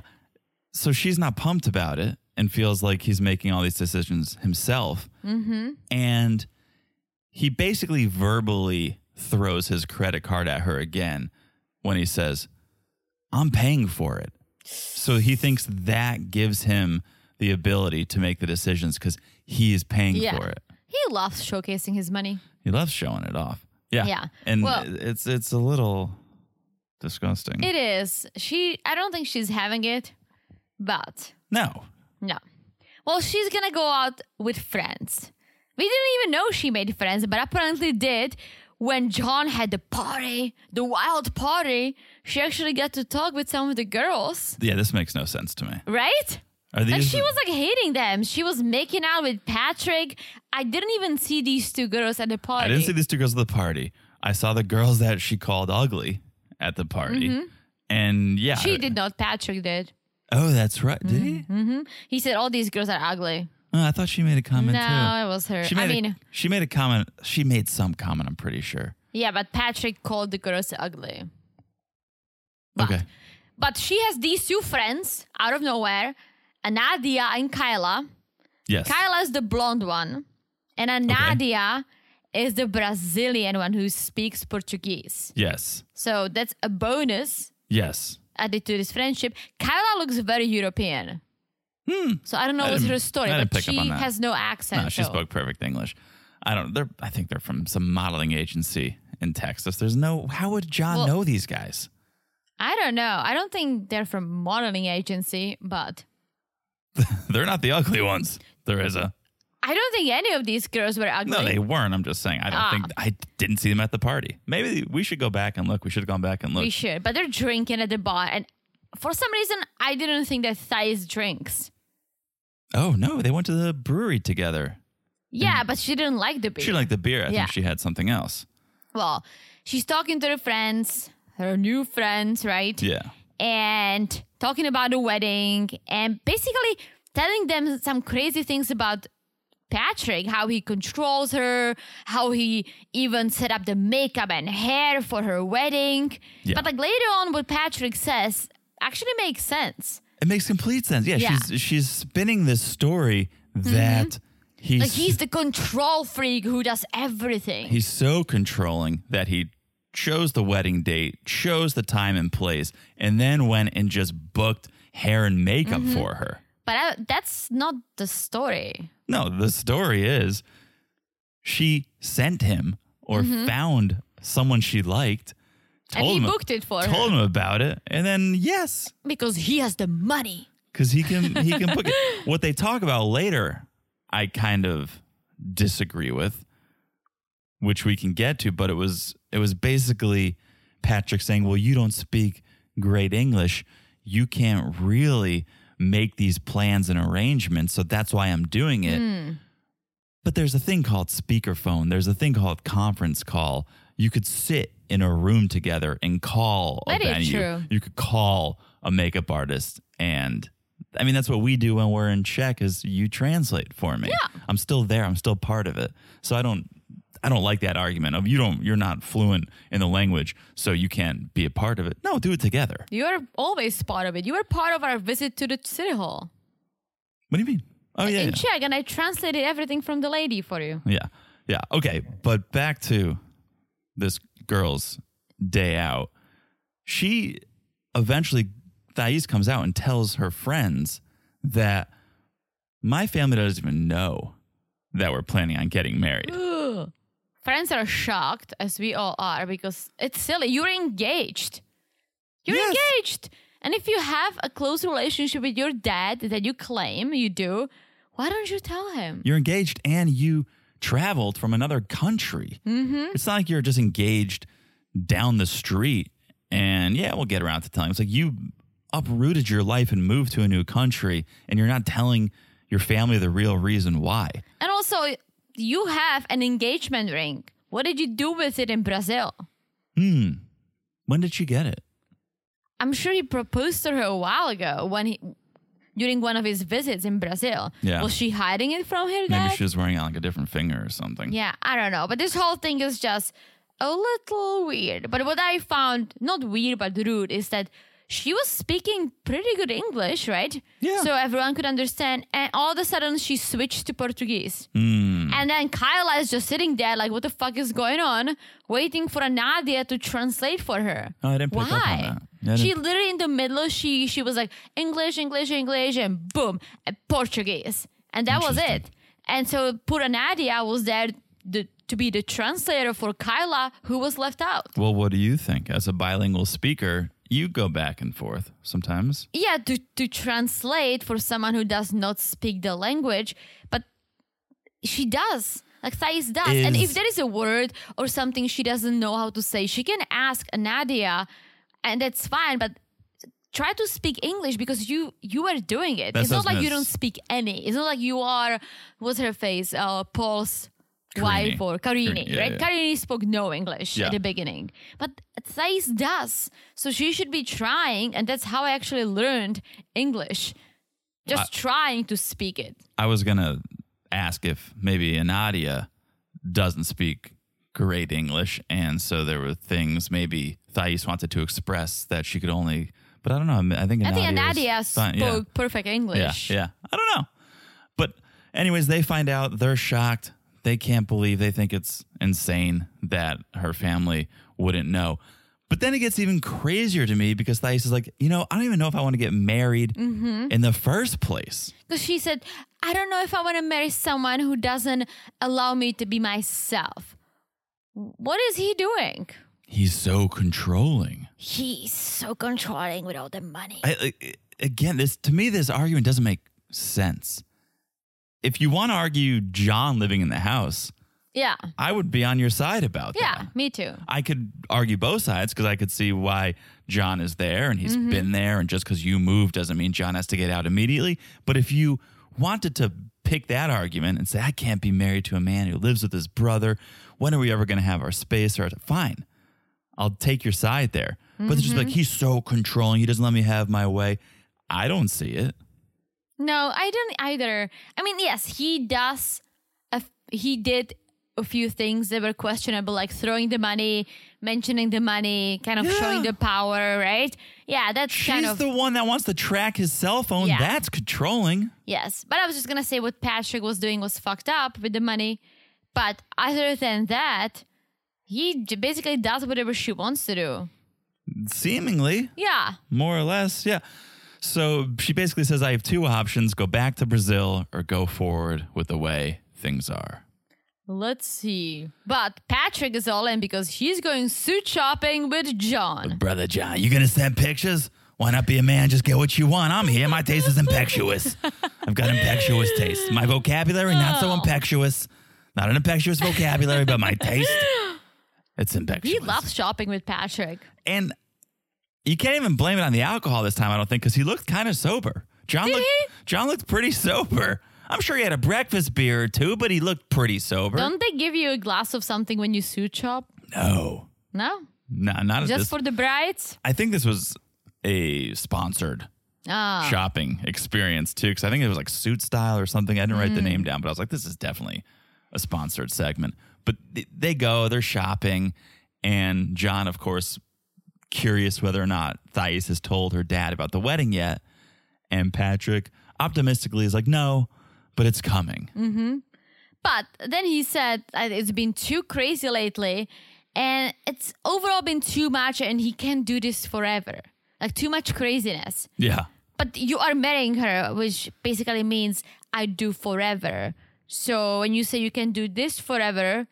S5: So she's not pumped about it and feels like he's making all these decisions himself. Mm-hmm. And he basically verbally throws his credit card at her again when he says, I'm paying for it. So he thinks that gives him the ability to make the decisions because he is paying
S6: Yeah.
S5: for it.
S6: He loves showcasing his money.
S5: He loves showing it off. Yeah.
S6: Yeah.
S5: And
S6: Well-
S5: it's it's a little disgusting.
S6: It is. She I don't think she's having it, but
S5: no.
S6: no. Well, she's gonna go out with friends. We didn't even know she made friends, but apparently did. When John had the party, the wild party, she actually got to talk with some of the girls,
S5: Yeah, this makes no sense to me.
S6: right?
S5: Are these
S6: And she was like hating them. She was making out with Patrick. I didn't even see these two girls at the party.
S5: I didn't see these two girls at the party. I saw the girls that she called ugly at the party. And yeah.
S6: Mm-hmm. She did not. Mm-hmm. Patrick did.
S5: Oh, that's right. Did he?
S6: He said all these girls are ugly.
S5: Oh, I thought she made a comment
S6: no,
S5: too.
S6: it was her.
S5: She made,
S6: I
S5: a-
S6: mean,
S5: she made a comment. She made some comment, I'm pretty sure.
S6: yeah, but Patrick called the girls ugly. But,
S5: Okay.
S6: But she has these two friends out of nowhere, Anadia and Kyla.
S5: Yes.
S6: Kyla is the blonde one, and Anadia is the Brazilian one who speaks Portuguese.
S5: Yes.
S6: So that's a bonus
S5: Yes.
S6: added to this friendship. Kyla looks very European. So I don't know
S5: Hmm. I
S6: what's
S5: didn't-
S6: her story,
S5: I didn't
S6: but
S5: pick up
S6: she
S5: on that.
S6: has no accent.
S5: No, she
S6: so-
S5: spoke perfect English. I don't they're I think they're from some modeling agency in Texas. There's no how would John
S6: Well-
S5: know these guys? <laughs>
S6: I don't know. I don't think they're from modeling agency, but
S5: They're not the ugly ones. There is a
S6: I don't think any of these girls were ugly.
S5: No, they weren't. I'm just saying. I don't
S6: Ah.
S5: think I didn't see them at the party. Maybe we should go back and look. We should have gone back and
S6: We
S5: looked.
S6: should, but they're drinking at the bar, and for some reason, I didn't think that Thais drinks.
S5: oh no, they went to the brewery together.
S6: Yeah, but she didn't like the beer.
S5: Mm. She liked the beer. I
S6: Yeah.
S5: think she had something else.
S6: well, she's talking to her friends, her new friends, right?
S5: Yeah.
S6: and talking about the wedding and basically telling them some crazy things about Patrick, how he controls her, how he even set up the makeup and hair for her wedding.
S5: Yeah.
S6: But like later on, what Patrick says actually makes sense.
S5: It makes complete sense. Yeah,
S6: Yeah. Mm-hmm.
S5: she's she's spinning this story that he's
S6: Like he's the control freak who does everything.
S5: he's so controlling that he chose the wedding date, chose the time and place, and then went and just booked hair and makeup
S6: Mm-hmm.
S5: for her.
S6: but I, that's not the story.
S5: No, the story is she sent him or found someone she liked,
S6: Mm-hmm. And
S5: told
S6: he
S5: him,
S6: booked it for
S5: told
S6: her
S5: him about it, and then yes,
S6: because he has the money.
S5: because he can he can book it.
S6: <laughs>
S5: What they talk about later, I kind of disagree with, which we can get to. But it was it was basically Patrick saying, "Well, you don't speak great English. You can't really make these plans and arrangements. So that's why I'm doing
S6: Mm.
S5: it." But there's a thing called speakerphone. There's a thing called conference call. You could sit in a room together and call
S6: That
S5: a
S6: is
S5: venue.
S6: true.
S5: You could call a makeup artist and I mean that's what we do when we're in Czech is you translate for me. Yeah. I'm still there. I'm still part of it. So I don't I don't like that argument of you don't you're not fluent in the language, so you can't be a part of it. No, do it together.
S6: You are always part of it. You were part of our visit to the city hall.
S5: What do you mean? Oh yeah.
S6: in
S5: yeah.
S6: Czech, and I translated everything from the lady for you.
S5: Yeah. Yeah. Okay. But back to this girl's day out. She eventually, Thais comes out and tells her friends that my family doesn't even know that we're planning on getting married.
S6: Friends are shocked, as we all are, because it's silly. You're engaged. You're
S5: Yes.
S6: engaged. And if you have a close relationship with your dad that you claim you do, why don't you tell him?
S5: You're engaged and you traveled from another country. Mm-hmm. It's not like you're just engaged down the street and yeah, we'll get around to telling. It's like you uprooted your life and moved to a new country and you're not telling your family the real reason why.
S6: And also, you have an engagement ring. What did you do with it in Brazil?
S5: Hmm. When did she get it?
S6: I'm sure he proposed to her a while ago when he during one of his visits in Brazil.
S5: Yeah.
S6: Was she hiding it from her dad?
S5: Maybe she was wearing like a different finger or something.
S6: Yeah, I don't know. But this whole thing is just a little weird. But what I found, not weird, but rude, is that she was speaking pretty good English, right?
S5: Yeah.
S6: So everyone could understand. And all of a sudden, she switched to Portuguese.
S5: Hmm.
S6: And then Kyla is just sitting there, like, what the fuck is going on? Waiting for Nadia to translate for her.
S5: Oh, I didn't pick
S6: Why?
S5: up on that. Yeah, I
S6: she
S5: didn't-
S6: literally in the middle, she she was like English, English, English, and boom, uh, Portuguese, and that was it. And so Pura Nadia was there the, to be the translator for Kyla, who was left out.
S5: Well, what do you think? As a bilingual speaker, you go back and forth sometimes.
S6: Yeah, to to translate for someone who does not speak the language, but she does. Like Thais does. and
S5: Is-
S6: if there is a word or something she doesn't know how to say, she can ask Nadia, and that's fine. But try to speak English because you you are doing it.
S5: That
S6: it's not
S5: sounds
S6: like you
S5: nice.
S6: don't speak any. It's not like you are what's her face? Uh, Paul's wife or Karini,
S5: Carini, yeah,
S6: right?
S5: yeah.
S6: Karini spoke no English
S5: Yeah.
S6: at the beginning, but Thais does. So she should be trying, and that's how I actually learned English. Just trying to speak it.
S5: I was gonna ask if maybe Nadia doesn't speak great English, and so there were things maybe Thais wanted to express that she could only. But I don't know. I think
S6: I think Nadia
S5: Nadia
S6: spoke perfect
S5: Yeah,
S6: English.
S5: yeah. I don't know. But anyways, they find out. They're shocked. They can't believe. They think it's insane that her family wouldn't know. But then it gets even crazier to me because Thais is like, you know, I don't even know if I want to get married
S6: Mm-hmm.
S5: in the first place.
S6: Because she said, I don't know if I want to marry someone who doesn't allow me to be myself. What is he doing?
S5: He's so controlling.
S6: He's so controlling with all the money.
S5: I, I- again, this to me, this argument doesn't make sense. if you want to argue John living in the house,
S6: Yeah.
S5: I would be on your side about that.
S6: Yeah. Me too.
S5: I could argue both sides because I could see why John is there and he's
S6: Mm-hmm.
S5: been there. And just because you move doesn't mean John has to get out immediately. But if you wanted to pick that argument and say, I can't be married to a man who lives with his brother, when are we ever going to have our space? Or our t-" fine, I'll take your side there. But it's just
S6: Mm-hmm.
S5: like, he's so controlling. He doesn't let me have my way. I don't see it.
S6: No, I don't either. I mean, yes, he does. A f- he did a few things that were questionable, like throwing the money, mentioning the money, kind of showing
S5: Yeah.
S6: the power, right? Yeah, that's
S5: She's
S6: kind of
S5: the one that wants to track his cell phone.
S6: Yeah.
S5: That's controlling.
S6: yes. But I was just gonna say what Patrick was doing was fucked up with the money. But other than that, he j- basically does whatever she wants to do.
S5: Seemingly.
S6: Yeah,
S5: more or less. Yeah. So she basically says, I have two options go back to Brazil or go forward with the way things are.
S6: let's see. But Patrick is all in because he's going suit shopping with John.
S5: Brother John, you gonna send pictures? Why not be a man? Just get what you want. I'm here. My taste is impetuous. I've got impetuous taste. My vocabulary, not
S6: Oh.
S5: so impetuous. Not an impetuous vocabulary, but my taste, it's impetuous.
S6: He loves shopping with Patrick.
S5: And you can't even blame it on the alcohol this time, I don't think, because he looked kind of sober. John looked John looked pretty sober. I'm sure he had a breakfast beer or two, but he looked pretty sober.
S6: Don't they give you a glass of something when you suit shop?
S5: no.
S6: No?
S5: No, not at
S6: Just
S5: Uh, this.
S6: for the brides?
S5: I think this was a sponsored
S6: Ah.
S5: shopping experience too, because I think it was like suit style or something. I didn't write the
S6: Mm.
S5: name down, but I was like, this is definitely a sponsored segment. But th- they go, they're shopping, and John, of course, curious whether or not Thais has told her dad about the wedding yet, and Patrick optimistically is like, no, but it's coming.
S6: Mm. But then he said that it's been too crazy lately and it's overall been too much and he can't do this forever. Like too much craziness.
S5: Yeah,
S6: But you are marrying her, which basically means I do forever. So when you say you can do this forever,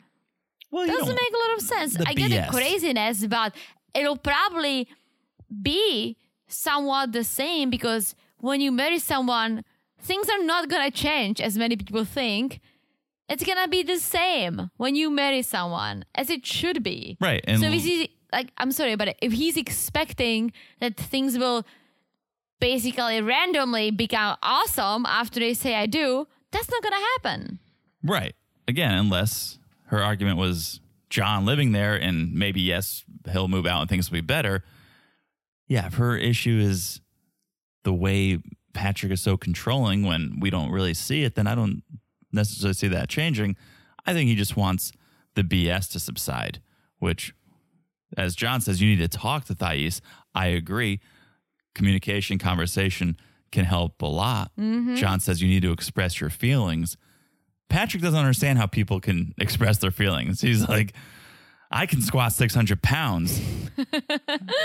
S5: well,
S6: doesn't make a lot of sense.
S5: the
S6: I get
S5: BS.
S6: the craziness, but it'll probably be somewhat the same because when you marry someone, things are not gonna change as many people think. It's gonna be the same when you marry someone as it should be.
S5: Right, and-
S6: so if he's like, I'm sorry, but if he's expecting that things will basically randomly become awesome after they say I do, that's not gonna happen.
S5: Right. Again, unless her argument was John living there and maybe, yes, he'll move out and things will be better. Yeah, if her issue is the way Patrick is so controlling when we don't really see it, then I don't necessarily see that changing. I think he just wants the BS to subside, which, as John says, you need to talk to Thais. I agree. Communication, conversation can help a lot. John says you need to express your feelings. Patrick doesn't understand how people can express their feelings. He's like, I can squat 600 pounds.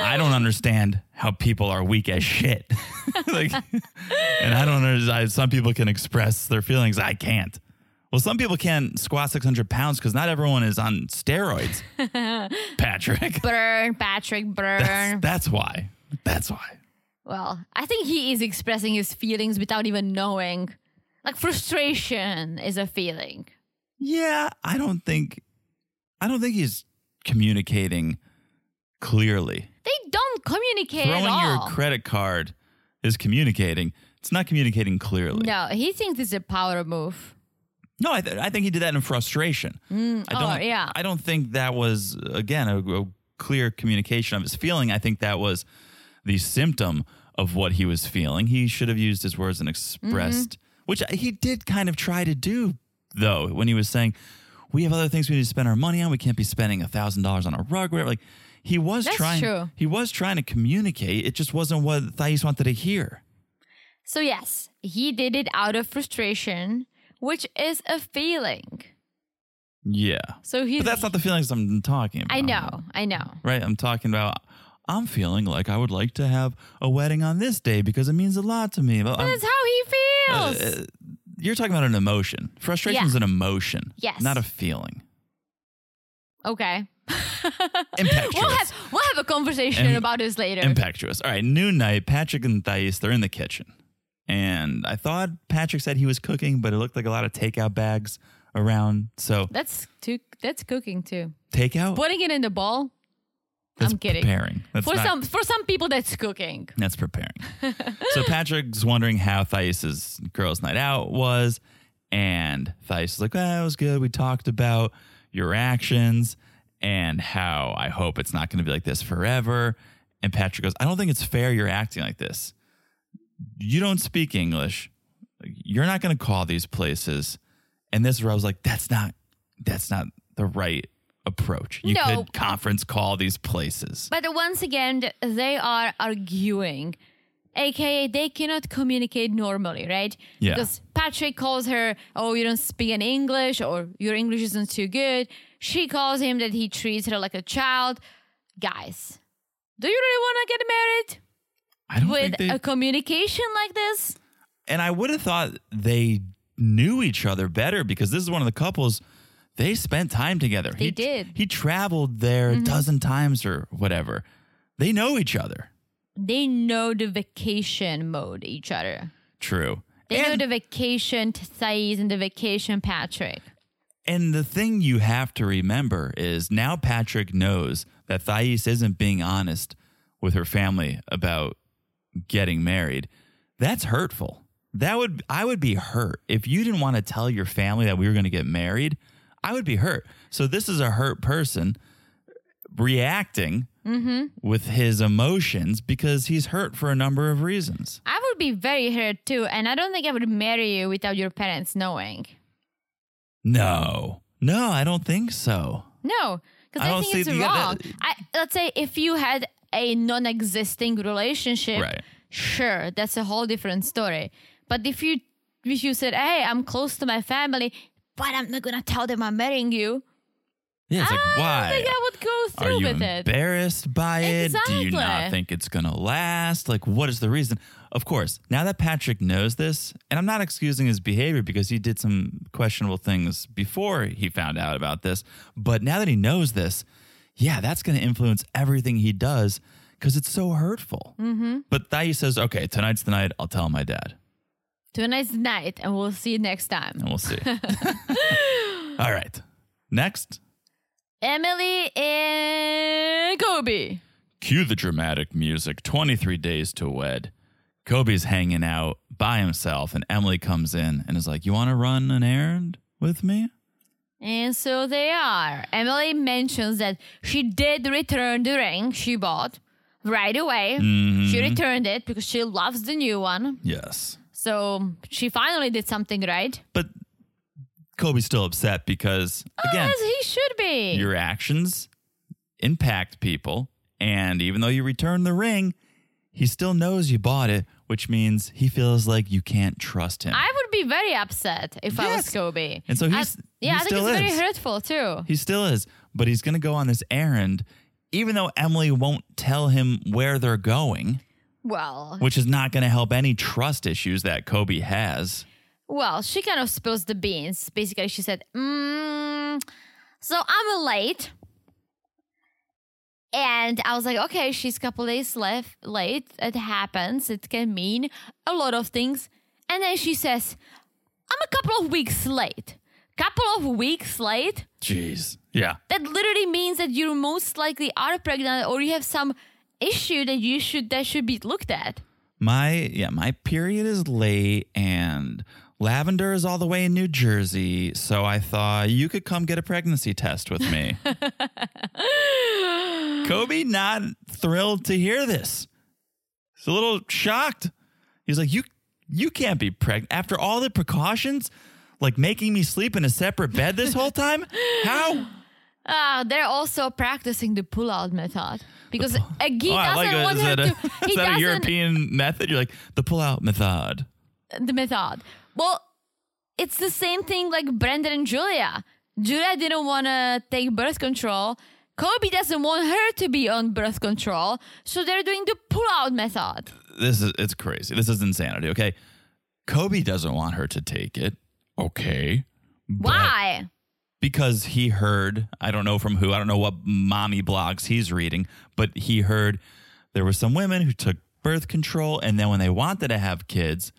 S5: I don't understand how people are weak as shit. <laughs> like, and I don't understand. Some people can express their feelings. I can't. Well, some people can squat 600 pounds because not everyone is on steroids, Patrick.
S6: Burn, Patrick, burn.
S5: That's, that's why. That's why.
S6: Well, I think he is expressing his feelings without even knowing. Like frustration is a feeling.
S5: Yeah, I don't think, I don't think he's communicating clearly.
S6: They don't communicate
S5: throwing
S6: at all.
S5: your credit card is communicating. It's not communicating clearly.
S6: no, he thinks it's a power move.
S5: No, I, th- I think he did that in frustration. I
S6: oh,
S5: don't.
S6: yeah.
S5: I don't think that was again a, a clear communication of his feeling. I think that was the symptom of what he was feeling. He should have used his words and expressed,
S6: Mm-hmm.
S5: which he did kind of try to do though when he was saying, "We have other things we need to spend our money on. We can't be spending a thousand dollars on a rug." Whatever. Like he was
S6: That's
S5: trying.
S6: true.
S5: He was trying to communicate. It just wasn't what Thais wanted to hear.
S6: So, yes, he did it out of frustration, which is a feeling.
S5: Yeah.
S6: So he.
S5: But that's not the feelings I'm talking about.
S6: I know, I know.
S5: Right? I'm talking about I'm feeling like I would like to have a wedding on this day because it means a lot to me. But I'm-
S6: That's how he feels.
S5: Um, uh, you're talking about an emotion. Frustration
S6: Yeah.
S5: is an emotion.
S6: Yes.
S5: Not a feeling.
S6: okay. <laughs> we'll,
S5: uh, Impetuous.
S6: have, we'll have a conversation
S5: Im-
S6: about this later.
S5: Impetuous. All right, noon night, Patrick and Thais, they're in the kitchen. And I thought Patrick said he was cooking, but it looked like a lot of takeout bags around. So
S6: That's too. That's cooking too.
S5: takeout.
S6: Putting it in the
S5: Oh.
S6: bowl.
S5: That's
S6: I'm kidding.
S5: Preparing. That's
S6: for
S5: not-
S6: some for some people, that's cooking.
S5: That's preparing. so Patrick's wondering how Thais' girls' night out was, and Thais is like, "That was good. We talked about your actions and how I hope it's not going to be like this forever." And Patrick goes, "I don't think it's fair. You're acting like this. You don't speak English. You're not going to call these places." And this is where I was like, "That's not. That's not the right." approach. You
S6: No.
S5: could conference call these places.
S6: But once again, th- they are arguing, aka they cannot communicate normally, right?
S5: Yeah.
S6: Because Patrick calls her, "Oh, you don't speak any English," or "Your English isn't too good." She calls him that he treats her like a child. Guys, do you really want to get married
S5: I don't think
S6: with
S5: they,
S6: a communication like this?
S5: and I would have thought they knew each other better because this is one of the couples they spent time together.
S6: They
S5: he,
S6: did. Mm-hmm.
S5: He traveled there a dozen times or whatever. They know each other.
S6: They know the vacation mode each other.
S5: True.
S6: They
S5: and,
S6: know the vacation Thais and the vacation Patrick.
S5: and the thing you have to remember is now Patrick knows that Thais isn't being honest with her family about getting married. That's hurtful. That would I would be hurt if you didn't want to tell your family that we were going to get married. I would be hurt. So this is a hurt person reacting with his emotions because he's hurt for a number of reasons.
S6: I would be very hurt too, and I don't think I would marry you without your parents knowing.
S5: No, no, I don't think so.
S6: No, because
S5: I
S6: I,
S5: don't
S6: think
S5: see
S6: it's
S5: the- yeah,
S6: wrong.
S5: that-
S6: I, let's say if you had a non-existing relationship,
S5: Right.
S6: sure, that's a whole different story. But if you if you said, "Hey, I'm close to my family, but I'm not gonna tell them I'm marrying you,"
S5: Yeah, it's like
S6: I
S5: why?
S6: don't think I would go
S5: Are
S6: through
S5: you
S6: with it.
S5: embarrassed by it? Do you not
S6: Exactly.
S5: think it's going to last? Like, what is the reason? Of course, now that Patrick knows this, and I'm not excusing his behavior because he did some questionable things before he found out about this, but now that he knows this, yeah, that's going to influence everything he does because it's so hurtful. Mm-hmm. But Thais says, okay, tonight's the night. I'll tell my dad,
S6: Tonight's night, and we'll see you next time.
S5: and we'll
S6: <laughs>
S5: see. <laughs> All right. Next,
S6: Emily and Kobe.
S5: Cue the dramatic music 23 days to wed. Kobe's hanging out by himself, and Emily comes in and is like, You want to run an errand with me?
S6: And so they are. Emily mentions that she did return the ring she bought right away.
S5: Mm-hmm.
S6: She returned it because she loves the new one.
S5: Yes.
S6: So she finally did something right.
S5: But Kobe's still upset because, again,
S6: As Oh, he should be.
S5: your actions impact people. And even though you return the ring, he still knows you bought it, which means he feels like you can't trust him.
S6: I would be very upset if I was
S5: Yes.
S6: Kobe.
S5: And so
S6: I-
S5: he's-
S6: yeah,
S5: he
S6: I think
S5: still
S6: it's
S5: is.
S6: very hurtful too.
S5: He still is, but he's going to go on this errand, even though Emily won't tell him where they're going,
S6: Well,
S5: which is not going to help any trust issues that Kobe has.
S6: Well, she kind of spills the beans. Basically, she said, mm, "So I'm late," and I was like, "Okay, she's a couple days left late. It happens. It can mean a lot of things." And then she says, "I'm a couple of weeks late. Couple of weeks late.
S5: Jeez. Yeah.
S6: That literally means that you most likely are pregnant, or you have some issue that you should that should be looked at."
S5: My yeah, my period is late and lavender is all the way in New Jersey, so I thought you could come get a pregnancy test with <laughs> me. Kobe not thrilled to hear this. He's a little shocked. He's like, "You you can't be pregnant after all the precautions, like making me sleep in a separate bed this whole <laughs> time? How?"
S6: Ah, they're also practicing the pull-out method because uh, he
S5: Oh, I like
S6: doesn't
S5: it. <laughs>
S6: want
S5: Is
S6: her
S5: that a-
S6: <laughs> to. He
S5: is that a
S6: doesn't
S5: European method? You're like the pull-out method.
S6: the method. Well, it's the same thing like Brandon and Julia. Julia didn't want to take birth control. Kobe doesn't want her to be on birth control, so they're doing the pull-out method.
S5: this is it's crazy. This is insanity. Okay. Kobe doesn't want her to take it. Okay.
S6: Why?
S5: Because he heard, I don't know from who, I don't know what mommy blogs he's reading, but he heard there were some women who took birth control and then when they wanted to have kids,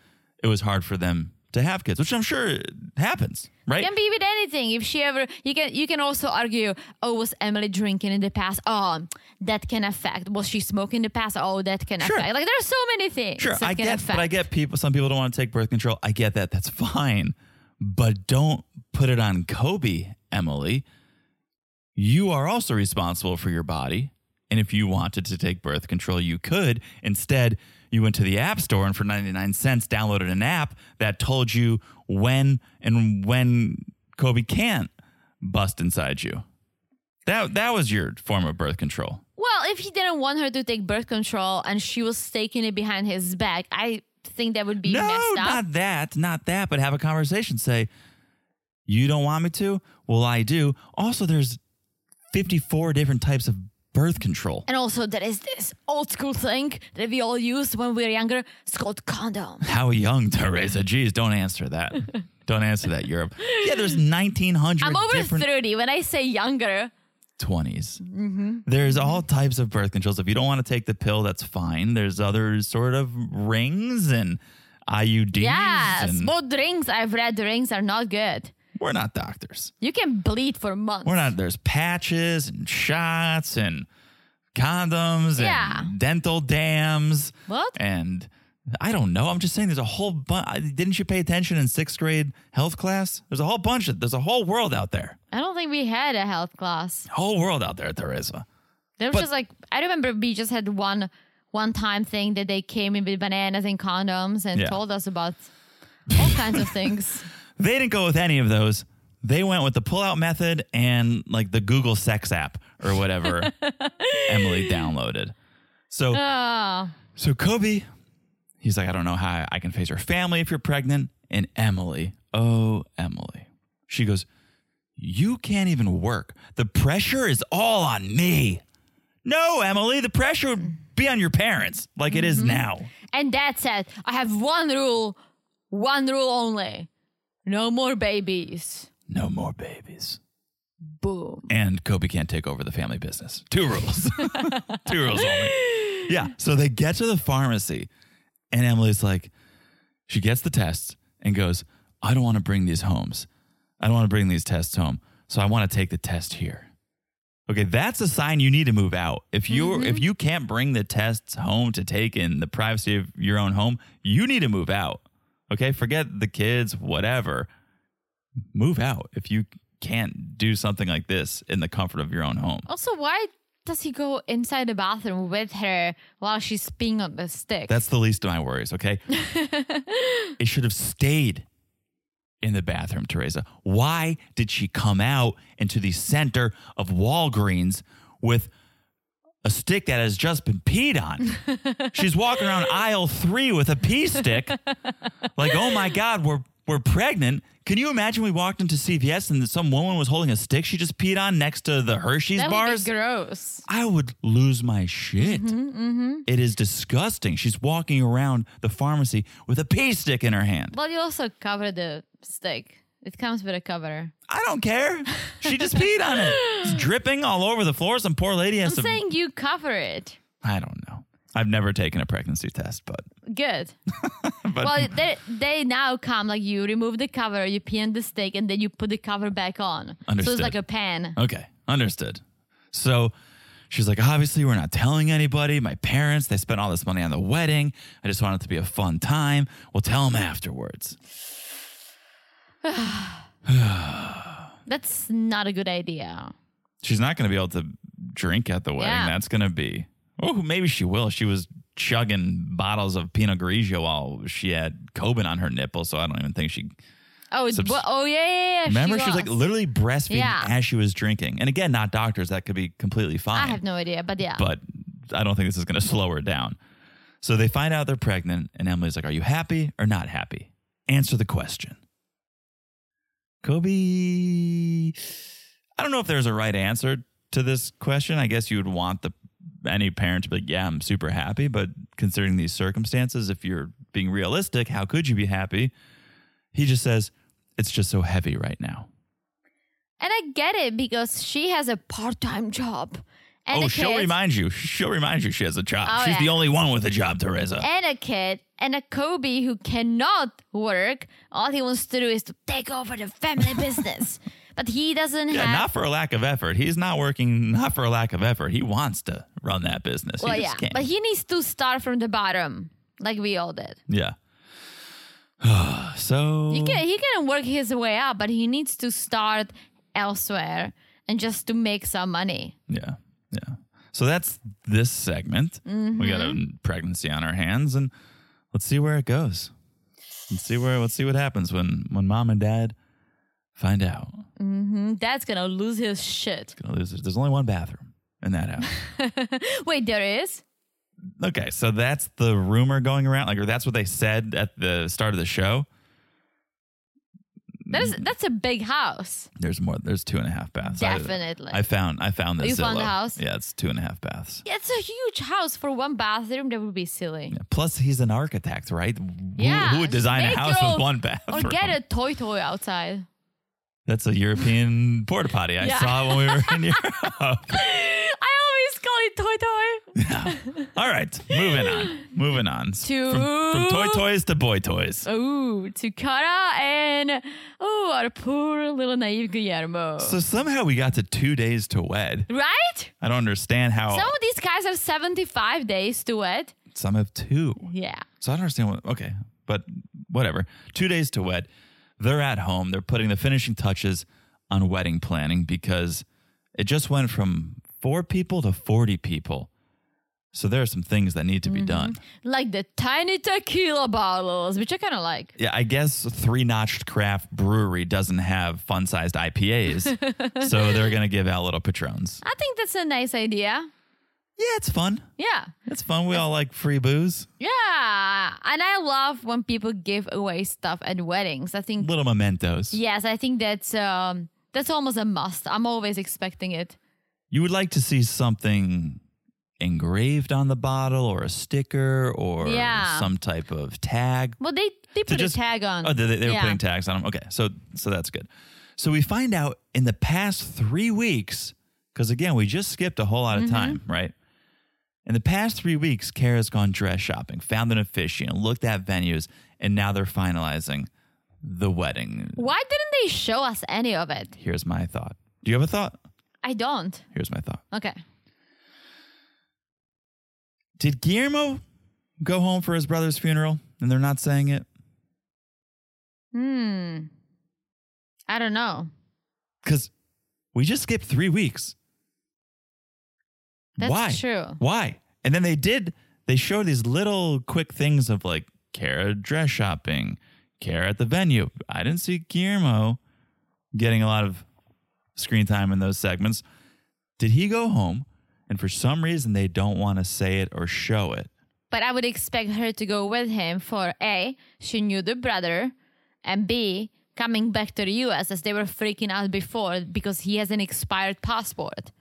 S5: it was hard for them to have kids, which I'm sure happens, right?
S6: Can be with anything. If she ever, you can you can also argue. Oh, was Emily drinking in the past? Oh, that can affect. Was she smoking in the past? Oh, that can
S5: Sure.
S6: affect. Like there are so many things.
S5: Sure,
S6: that
S5: I
S6: can
S5: get,
S6: affect.
S5: but I get people. Some people don't want to take birth control. I get that. That's fine, but don't put it on Kobe, Emily. You are also responsible for your body, and if you wanted to take birth control, you could. Instead, you went to the app store and for ninety nine cents downloaded an app that told you when and when Kobe can't bust inside you. That that was your form of birth control.
S6: Well, if he didn't want her to take birth control and she was taking it behind his back, I think that would be
S5: no,
S6: messed up.
S5: not that, not that, but have a conversation. Say, you don't want me to? Well, I do. Also, there's 54 different types of birth control.
S6: and also, there is this old school thing that we all used when we were younger. It's called condom.
S5: How young, <laughs> Teresa? Geez, don't answer
S6: <laughs>
S5: that. don't answer that, Europe. Yeah, there's 1,900
S6: I'm over
S5: different
S6: 30. When I say younger,
S5: 20s.
S6: Mm-hmm.
S5: There's all types of birth controls. If you don't want to take the pill, that's fine. There's other sort of rings and IUDs.
S6: yes,
S5: and-
S6: both rings I've read the rings are not good.
S5: we're not doctors.
S6: You can bleed for months.
S5: We're not. There's patches and shots and condoms
S6: Yeah.
S5: and dental dams.
S6: What?
S5: And I don't know. I'm just saying. There's a whole bunch. Didn't you pay attention in sixth grade health class? There's a whole bunch of. There's a whole world out there.
S6: I don't think we had a health class.
S5: Whole world out there, Teresa.
S6: There was
S5: But-
S6: just like I remember we just had one one time thing that they came in with bananas and condoms and
S5: Yeah.
S6: told us about all kinds
S5: <laughs>
S6: of things.
S5: They didn't go with any of those. They went with the pull-out method and like the Google sex app or
S6: <laughs>
S5: whatever Emily downloaded. So
S6: Oh,
S5: So Kobe, he's like, I don't know how I can face her family if you're pregnant. And Emily, oh, Emily. She goes, You can't even work. The pressure is all on me. No, Emily, the pressure would be on your parents like it is now.
S6: and that's it. I have one rule, one rule only: no more babies.
S5: No more babies.
S6: Boom.
S5: And Kobe can't take over the family business. Two rules. <laughs> Two rules only. Yeah. So they get to the pharmacy, and Emily's like, she gets the tests and goes, I don't want to bring these homes. I don't want to bring these tests home. So I want to take the test here. Okay, that's a sign you need to move out. If you are if you can't bring the tests home to take in the privacy of your own home, you need to move out. Okay, forget the kids, whatever. Move out if you can't do something like this in the comfort of your own home.
S6: Also, why does he go inside the bathroom with her while she's peeing on the stick?
S5: That's the least of my worries,
S6: <laughs>
S5: okay? it should have stayed in the bathroom, Teresa. Why did she come out into the center of Walgreens with a stick that has just been peed on?
S6: <laughs>
S5: She's walking around aisle three with a pee stick. like, oh my God, we're we're pregnant. Can you imagine we walked into CVS and some woman was holding a stick she just peed on next to the Hershey's
S6: that
S5: bars?
S6: would be gross.
S5: I would lose my shit.
S6: Mm-hmm,
S5: It is disgusting. She's walking around the pharmacy with a pee stick in her hand.
S6: Well, you also cover the stick. It comes with a cover.
S5: I don't care. She just peed on it. It's dripping all over the floor. Some poor lady has
S6: I'm
S5: some.
S6: saying you cover it.
S5: I don't know. I've never taken a pregnancy test, but <laughs>
S6: Good. well, they they now come like you remove the cover, you pee on the stick, and then you put the cover back on. So
S5: Understood.
S6: it's like a pen.
S5: okay, understood. So she's like, obviously, we're not telling anybody. My parents, they spent all this money on the wedding. I just want it to be a fun time. We'll tell them afterwards.
S6: That's not a good idea.
S5: she's not going to be able to drink at the wedding.
S6: Yeah.
S5: That's going to be. Oh, maybe she will. She was chugging bottles of Pinot Grigio while she had Coben on her nipple, so I don't even think she.
S6: Oh, it's
S5: Subs-
S6: bu- oh yeah, yeah, yeah.
S5: Remember,
S6: she
S5: she was like
S6: was.
S5: literally breastfeeding
S6: Yeah.
S5: as she was drinking. And again, not doctors. That could be completely fine.
S6: I have no idea, but yeah.
S5: But I don't think this is going to <laughs> slow her down. So they find out they're pregnant, and Emily's like, "Are you happy or not happy? Answer the question." Kobe, I don't know if there's a right answer to this question. I guess you would want the any parent to be like, "Yeah, I'm super happy," but considering these circumstances, if you're being realistic, how could you be happy? He just says, "It's just so heavy right now."
S6: and I get it because she has a part-time job and
S5: oh,
S6: a
S5: she'll
S6: kid,
S5: remind you. She'll remind you she has a job.
S6: Oh,
S5: She's
S6: yeah.
S5: the only one with a job, Teresa.
S6: and a kid, and a Kobe who cannot work. All he wants to do is to take over
S5: <laughs>
S6: the family business, but he doesn't
S5: yeah,
S6: have.
S5: not for a lack of effort. He's not working, not for a lack of effort. He wants to run that business.
S6: well,
S5: he
S6: yeah,
S5: just can't.
S6: but he needs to start from the bottom, like we all did.
S5: yeah. <sighs> so
S6: He can he can work his way up, but he needs to start elsewhere and just to make some money.
S5: Yeah. Yeah. So that's this segment. We got a
S6: Mm-hmm.
S5: pregnancy on our hands and let's see where it goes. Let's see where let's see what happens when when mom and dad find out.
S6: Mm, Dad's gonna lose his shit. <laughs>
S5: Gonna lose it. There's only one bathroom in that house.
S6: Wait, there is?
S5: okay, so that's the rumor going around. Like or that's what they said at the start of the show.
S6: That
S5: Mm.
S6: is that's a big house.
S5: There's more there's two and a half baths. I-
S6: Definitely. Oh,
S5: I, found I found this.
S6: You found the
S5: Zillow.
S6: house?
S5: Yeah, it's two and a half baths.
S6: Yeah, it's a huge house for one bathroom. That would be silly.
S5: Plus he's an architect, right? Who-
S6: Yeah,
S5: who, would
S6: just
S5: design
S6: make
S5: a house
S6: your
S5: with
S6: own-
S5: one bathroom?
S6: Or <laughs> get a toy toy outside. <laughs>
S5: That's a European porta potty. I
S6: Yeah.
S5: saw when we were
S6: <laughs>
S5: in Europe.
S6: I always call it toy
S5: <laughs>
S6: toy.
S5: All right, moving on. Moving on.
S6: To-
S5: from, from toy toys to boy toys.
S6: Oh, to Kara and oh, our poor little naive Guillermo.
S5: So somehow we got to two days to wed.
S6: right?
S5: I don't understand how
S6: Some of these guys are 75 days to it.
S5: some have two.
S6: Yeah.
S5: So I don't understand what. Okay, but whatever. Two days to wed. They're at home. They're putting the finishing touches on wedding planning because it just went from four people to forty people. So there are some things that need to be done.
S6: Like the tiny tequila bottles, which I kind of like.
S5: yeah, I guess three notched craft brewery doesn't have fun sized IPAs. so they're going to give out little patrons.
S6: I think that's a nice idea.
S5: Yeah, it's fun.
S6: Yeah.
S5: It's fun. We all like free booze.
S6: Yeah. And I love when people give away stuff at weddings. I think,
S5: Little mementos.
S6: yes, I think that's, um, that's almost a must. I'm always expecting it.
S5: You would like to see something engraved on the bottle or a sticker or
S6: Yeah.
S5: some type of tag.
S6: Well, they, they
S5: To
S6: put a tag on.
S5: Oh, they, they- they were
S6: Yeah.
S5: putting tags on them. Okay, so so that's good. So we find out in the past three weeks, because again, we just skipped a whole lot
S6: Mm-hmm.
S5: of time, right? In the past three weeks, Kara's gone dress shopping, found an officiant, looked at venues, and now they're finalizing the wedding.
S6: Why didn't they show us any of it?
S5: Here's my thought. Do you have a thought?
S6: I don't.
S5: Here's my thought.
S6: Okay.
S5: Did Guillermo go home for his brother's funeral and they're not saying it?
S6: Hmm. I don't know.
S5: Because we just skipped three weeks.
S6: That's
S5: Why?
S6: true.
S5: Why? And then they did. They showed these little quick things of like Kara dress shopping, Kara at the venue. I didn't see Guillermo getting a lot of screen time in those segments. Did he go home? And for some reason, they don't want to say it or show it.
S6: But I would expect her to go with him for A, she knew the brother, and B, coming back to the US as they were freaking out before because he has an expired passport.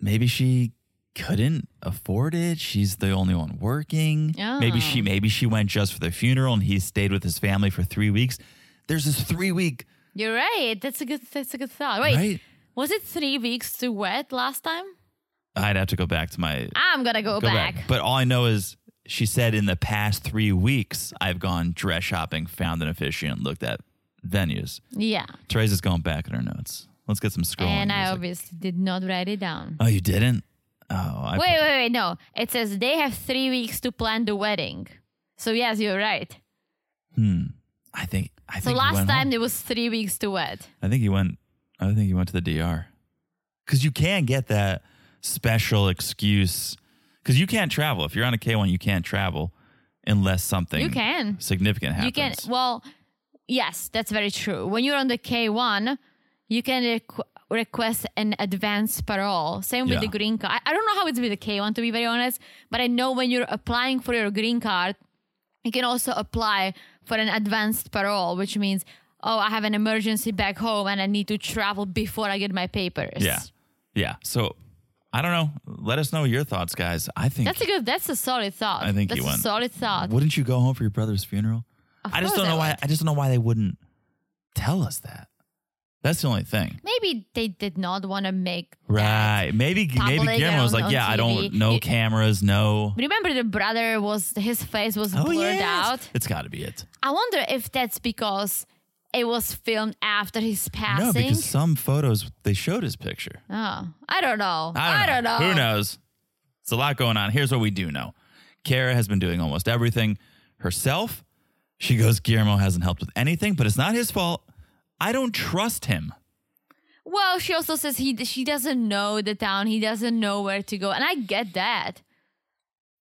S5: Maybe she couldn't afford it. She's the only one working. Maybe she maybe she went just for the funeral and he stayed with his family for three weeks. There's this three week
S6: You're right. That's a good that's a good thought. Wait.
S5: right.
S6: Was it three weeks to wed last time?
S5: I'd have to go back to my
S6: I'm gonna go,
S5: go
S6: back.
S5: back. But all I know is she said in the past three weeks, I've gone dress shopping, found an officiant, looked at venues.
S6: Yeah.
S5: Teresa's going back in her notes. Let's get some scrolling.
S6: and I
S5: music.
S6: obviously did not write it down.
S5: oh, you didn't? Oh, I
S6: wait, wait, wait, no. It says they have three weeks to plan the wedding. So yes, you're right.
S5: Hmm. I think I think
S6: So
S5: he
S6: last
S5: went
S6: time
S5: home.
S6: it was three weeks to wed.
S5: I think he went. I think he went to the DR because you can get that special excuse because you can't travel if you're on a K one. You can't travel unless something
S6: You can.
S5: significant happens.
S6: You can well, yes, that's very true. When you're on the K one, you can requ- request an advance parole. Same with
S5: Yeah.
S6: the green card. I, I don't know how it's with the K one to be very honest, but I know when you're applying for your green card, you can also apply for an advanced parole, which means oh, I have an emergency back home and I need to travel before I get my papers.
S5: Yeah. Yeah. So I don't know. Let us know your thoughts, guys. I think
S6: That's a good. That's a solid thought.
S5: I think
S6: that's
S5: you
S6: a
S5: went.
S6: solid thought.
S5: Wouldn't you go home for your brother's funeral?
S6: Of
S5: I just
S6: course
S5: don't know why
S6: would.
S5: I just don't know why they wouldn't tell us that. That's the only thing.
S6: Maybe they did not want to make that.
S5: Right. Maybe
S6: Public
S5: maybe Guillermo was
S6: on-
S5: like,
S6: on
S5: yeah, I don't
S6: TV.
S5: no
S6: You-
S5: cameras, no.
S6: Remember the brother was his face was blurred
S5: Oh, yes.
S6: out.
S5: It's got to be it.
S6: I wonder if that's because it was filmed after his passing.
S5: No, because some photos they showed his picture.
S6: oh, I don't know.
S5: I don't, know.
S6: know.
S5: Who knows? It's a lot going on. Here's what we do know. Kara has been doing almost everything herself. She goes, Guillermo hasn't helped with anything, but it's not his fault. I don't trust him.
S6: Well, she also says he she doesn't know the town. He doesn't know where to go, and I get that.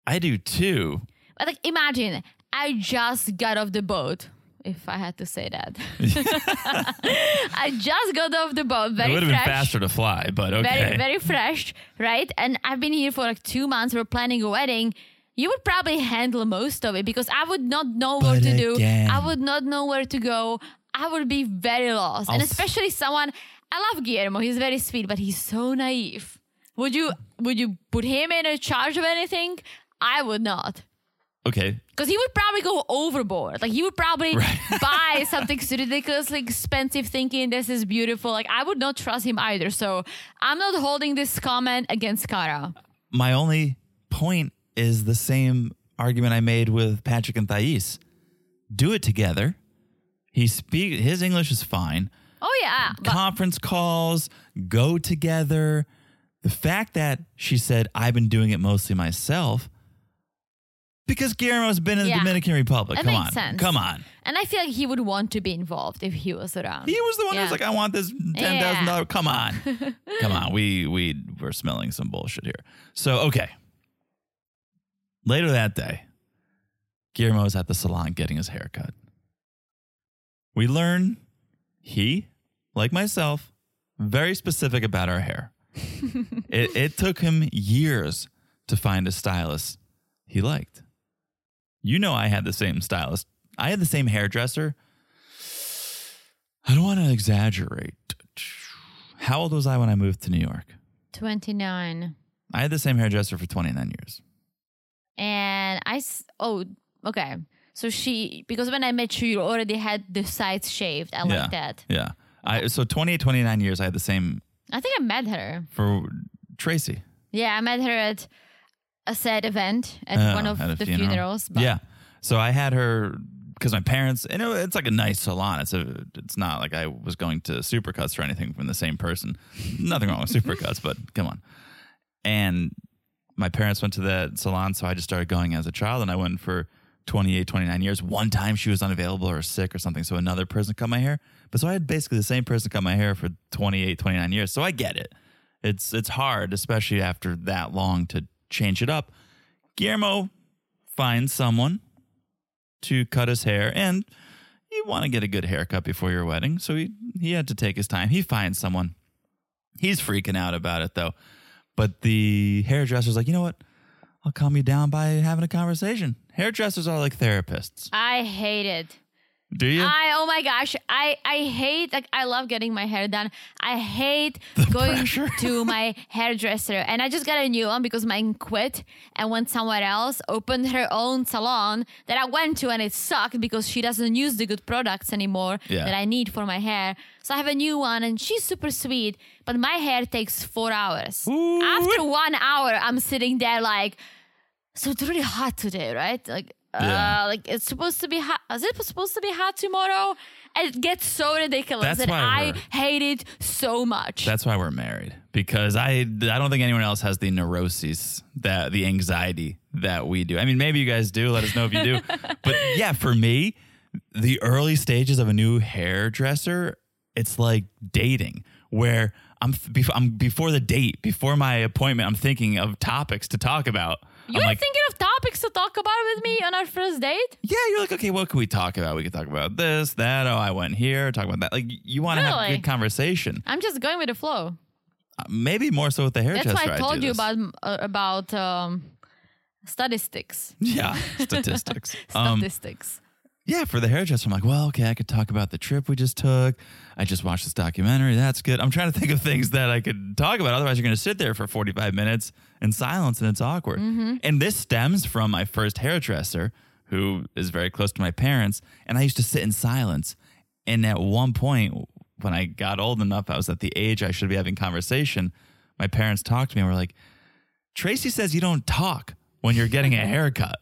S5: I do too.
S6: But like, imagine I just got off the boat. If I had to say
S5: <laughs>
S6: that, <laughs> I just got off the boat. Very
S5: it would have
S6: fresh.
S5: been faster to fly, but okay.
S6: very very fresh right and i've been here for like two months we're planning a wedding you would probably handle most of it because i would not know what
S5: But
S6: to do
S5: again-
S6: i would not know where to go i would be very lost and
S5: I'll s-
S6: especially someone i love guillermo he's very sweet but he's so naive would you would you put him in a charge of anything i would not
S5: okay.
S6: because he would probably go overboard. Like he would probably <laughs> buy something so ridiculously expensive, thinking this is beautiful. Like I would not trust him either. So I'm not holding this comment against Kara.
S5: My only point is the same argument I made with Patrick and Thais. Do it together. He speak his English is fine.
S6: Oh yeah, but
S5: conference calls, go together. The fact that she said, I've been doing it mostly myself, because Guillermo's been in the
S6: Yeah.
S5: Dominican Republic.
S6: That
S5: Come
S6: makes
S5: on.
S6: sense.
S5: Come on.
S6: and I feel like he would want to be involved if he was around.
S5: He was the one who was like,
S6: Yeah.
S5: I want this $10,000.
S6: Yeah.
S5: Come on.
S6: <laughs>
S5: Come on. We, we, we're smelling some bullshit here. So, okay. Later that day, Guillermo's at the salon getting his hair cut. We learn he, like myself, very specific about our
S6: <laughs>
S5: hair. it, it took him years to find a stylist he liked. You know, I had the same stylist. I had the same hairdresser. I don't want to exaggerate. How old was I when I moved to New York?
S6: Twenty nine,
S5: I had the same hairdresser for 29 years.
S6: and I s- oh okay. So she because when I met you, you already had the sides shaved. I
S5: yeah.
S6: like that.
S5: Yeah. I, so 28, 29 years, I had the same
S6: I think I met her.
S5: for Tracy.
S6: Yeah, I met her at a sad event at
S5: Oh,
S6: one of
S5: at a
S6: the
S5: funeral.
S6: funerals.
S5: Yeah. So I had her because my parents, and it, it's like a nice salon. It's a, it's not like I was going to Supercuts or anything from the same person. Nothing wrong with
S6: <laughs>
S5: Supercuts, but come on. And my parents went to that salon, so I just started going as a child, and I went for 28, 29 years. One time she was unavailable or sick or something, so another person cut my hair. But so I had basically the same person cut my hair for 28, 29 years. So I get it. It's it's hard, especially after that long, to change it up. Guillermo finds someone to cut his hair and you want to get a good haircut before your wedding so he, he had to take his time he finds someone he's freaking out about it though but the hairdresser's like you know what i'll calm you down by having a conversation hairdressers are like therapists
S6: I hate it.
S5: do you
S6: I oh my gosh, I I hate like I love getting my hair done. I
S5: <laughs>
S6: hate going
S5: pressure.
S6: to
S5: <laughs>
S6: my hairdresser, and I just got a new one because mine quit and went somewhere else. Opened her own salon that I went to, and it sucked because she doesn't use the good products anymore
S5: Yeah.
S6: that I need for my hair. So I have a new one, and she's super sweet, but my hair takes four hours. After one hour, I'm sitting there like. So it's really hot today, right? Like,
S5: Yeah.
S6: uh, like it's supposed to be hot. Is it supposed to be hot tomorrow? It gets so ridiculous
S5: That's
S6: that
S5: why
S6: I
S5: we're-
S6: hate it so much.
S5: that's why we're married because i i don't think anyone else has the neuroses that the anxiety that we do i mean maybe you guys do let us know if you do
S6: <laughs>
S5: but yeah for me the early stages of a new hairdresser, it's like dating where I'm, bef- I'm before the date, before my appointment, I'm thinking of topics to talk about.
S6: you
S5: I'm
S6: were
S5: like,
S6: thinking of topics to talk about with me on our first date?
S5: yeah, you're like, okay, what can we talk about? We could talk about this, that. Oh, I went here, talk about that. Like, you want to have a
S6: Really?
S5: good conversation.
S6: I'm just going with the flow.
S5: Uh, Maybe more so with the hairdresser.
S6: That's why I
S5: do
S6: told you
S5: this.
S6: about uh, about um, statistics.
S5: yeah statistics. um,
S6: <laughs> Statistics.
S5: yeah, for the hairdresser, I'm like, well, okay, I could talk about the trip we just took. I just watched this documentary. That's good. I'm trying to think of things that I could talk about. Otherwise, you're going to sit there for 45 minutes in silence and it's awkward. And this stems from my first hairdresser, who is very close to my parents. And I used to sit in silence. And at one point, when I got old enough, I was at the age I should be having conversation. My parents talked to me and were like, Tracy says you don't talk when you're getting a
S6: <laughs>
S5: haircut.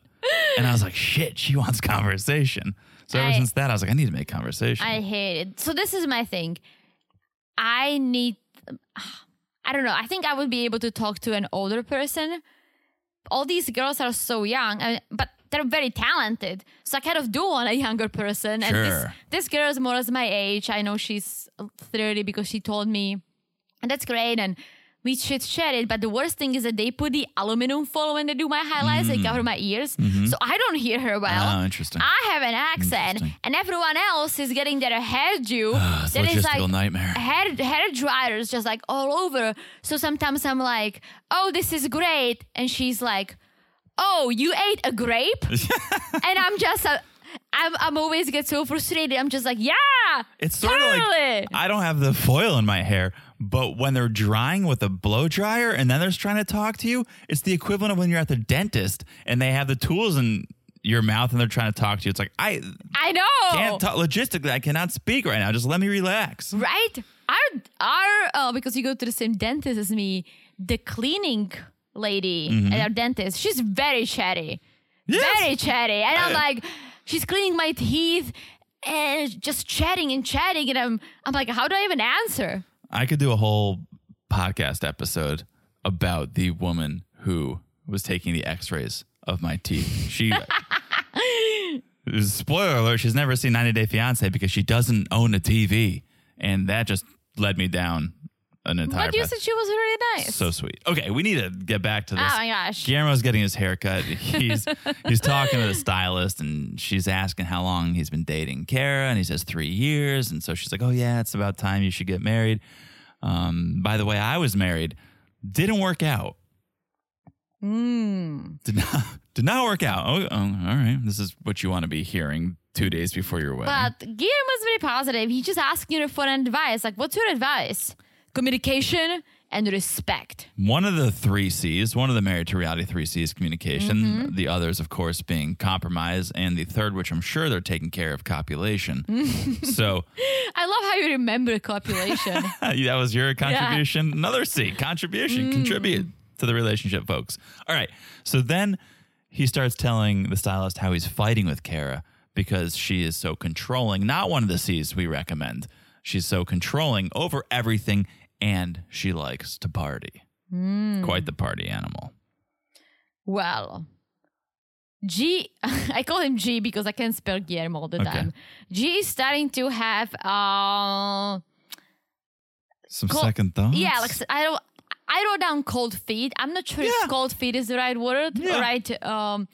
S5: And I was like, shit, she wants conversation. So ever
S6: I-
S5: since that, I was like, I need to make conversation.
S6: I hate it. So this is my thing. I need. I don't know. I think I would be able to talk to an older person. All these girls are so young, I- but they're very talented. So I kind of do want a younger person. And this
S5: Sure.
S6: this girl is more as my age. I know she's thirty because she told me, and that's great. And we should share it. But the worst thing is that they put the aluminum foil when they do my highlights. They
S5: Mm.
S6: cover my ears,
S5: Mm-hmm.
S6: so I don't hear her well.
S5: Oh, interesting.
S6: I have an accent,
S5: Interesting. Ah,
S6: and everyone else is getting their hairdo.
S5: it's
S6: that is
S5: logistical nightmare.
S6: Hair, hair dryers just like all over. So sometimes I'm like, oh, this is great. And she's like, oh, you ate a
S5: <laughs>
S6: grape? and I'm just, uh, I'm, I'm always get so frustrated. I'm just like, yeah.
S5: It's sort of
S6: totally."
S5: like I don't have the foil in my hair, but when they're drying with a blow dryer and then they're trying to talk to you, it's the equivalent of when you're at the dentist and they have the tools in your mouth and they're trying to talk to you. It's like I
S6: I know.
S5: can't talk logistically. I cannot speak right now. Just let me relax.
S6: Right? Our our uh, because you go to the same dentist as me, the cleaning lady
S5: Mm-hmm.
S6: at our dentist, she's very chatty. Very chatty. And I'm like, she's cleaning my teeth and just chatting and chatting and I'm I'm like, how do I even answer?
S5: I could do a whole podcast episode about the woman who was taking the x-rays of my teeth.
S6: <laughs>
S5: She spoiler alert, she's never seen 90 Day Fiance because she doesn't own a TV. And that just led me down an entire
S6: But you
S5: path.
S6: said she was really nice.
S5: so sweet. Okay, we need to get back to this.
S6: Oh my gosh.
S5: Guillermo's getting his haircut. He's he's talking to the stylist, and she's asking how long he's been dating Kara, and he says three years. And so she's like, "Oh yeah, it's about time you should get married." Um, by the way, I was married, didn't work out.
S6: Hmm.
S5: Did not <laughs> did not work out. Oh, oh, all right. This is what you want to be hearing two days before your wedding.
S6: but Guillermo was very positive. He just asked you for an advice. Like, what's your advice? Communication and respect.
S5: One of the three C's, one of the married to reality three C's communication, the others, of course, being compromise, and the third, which I'm sure they're taking care of, copulation. so
S6: I love how you
S5: <laughs>
S6: remember copulation.
S5: that was your contribution. Another C,
S6: Mm.
S5: contribution, contribute to the relationship, folks. All right. So then he starts telling the stylist how he's fighting with Kara because she is so controlling, not one of the C's we recommend. She's so controlling over everything, and she likes to party.
S6: Mm.
S5: Quite the party animal.
S6: Hmm. Well, G, <laughs> I call him G because I can't spell Guillermo all the
S5: Okay.
S6: time. G is starting to have, uh,
S5: Some
S6: Col-
S5: second thoughts.
S6: yeah, like s- I don't. I wrote down cold feet. I'm not sure
S5: Yeah.
S6: if cold feet is the right word.
S5: Yeah.
S6: Or right. Um,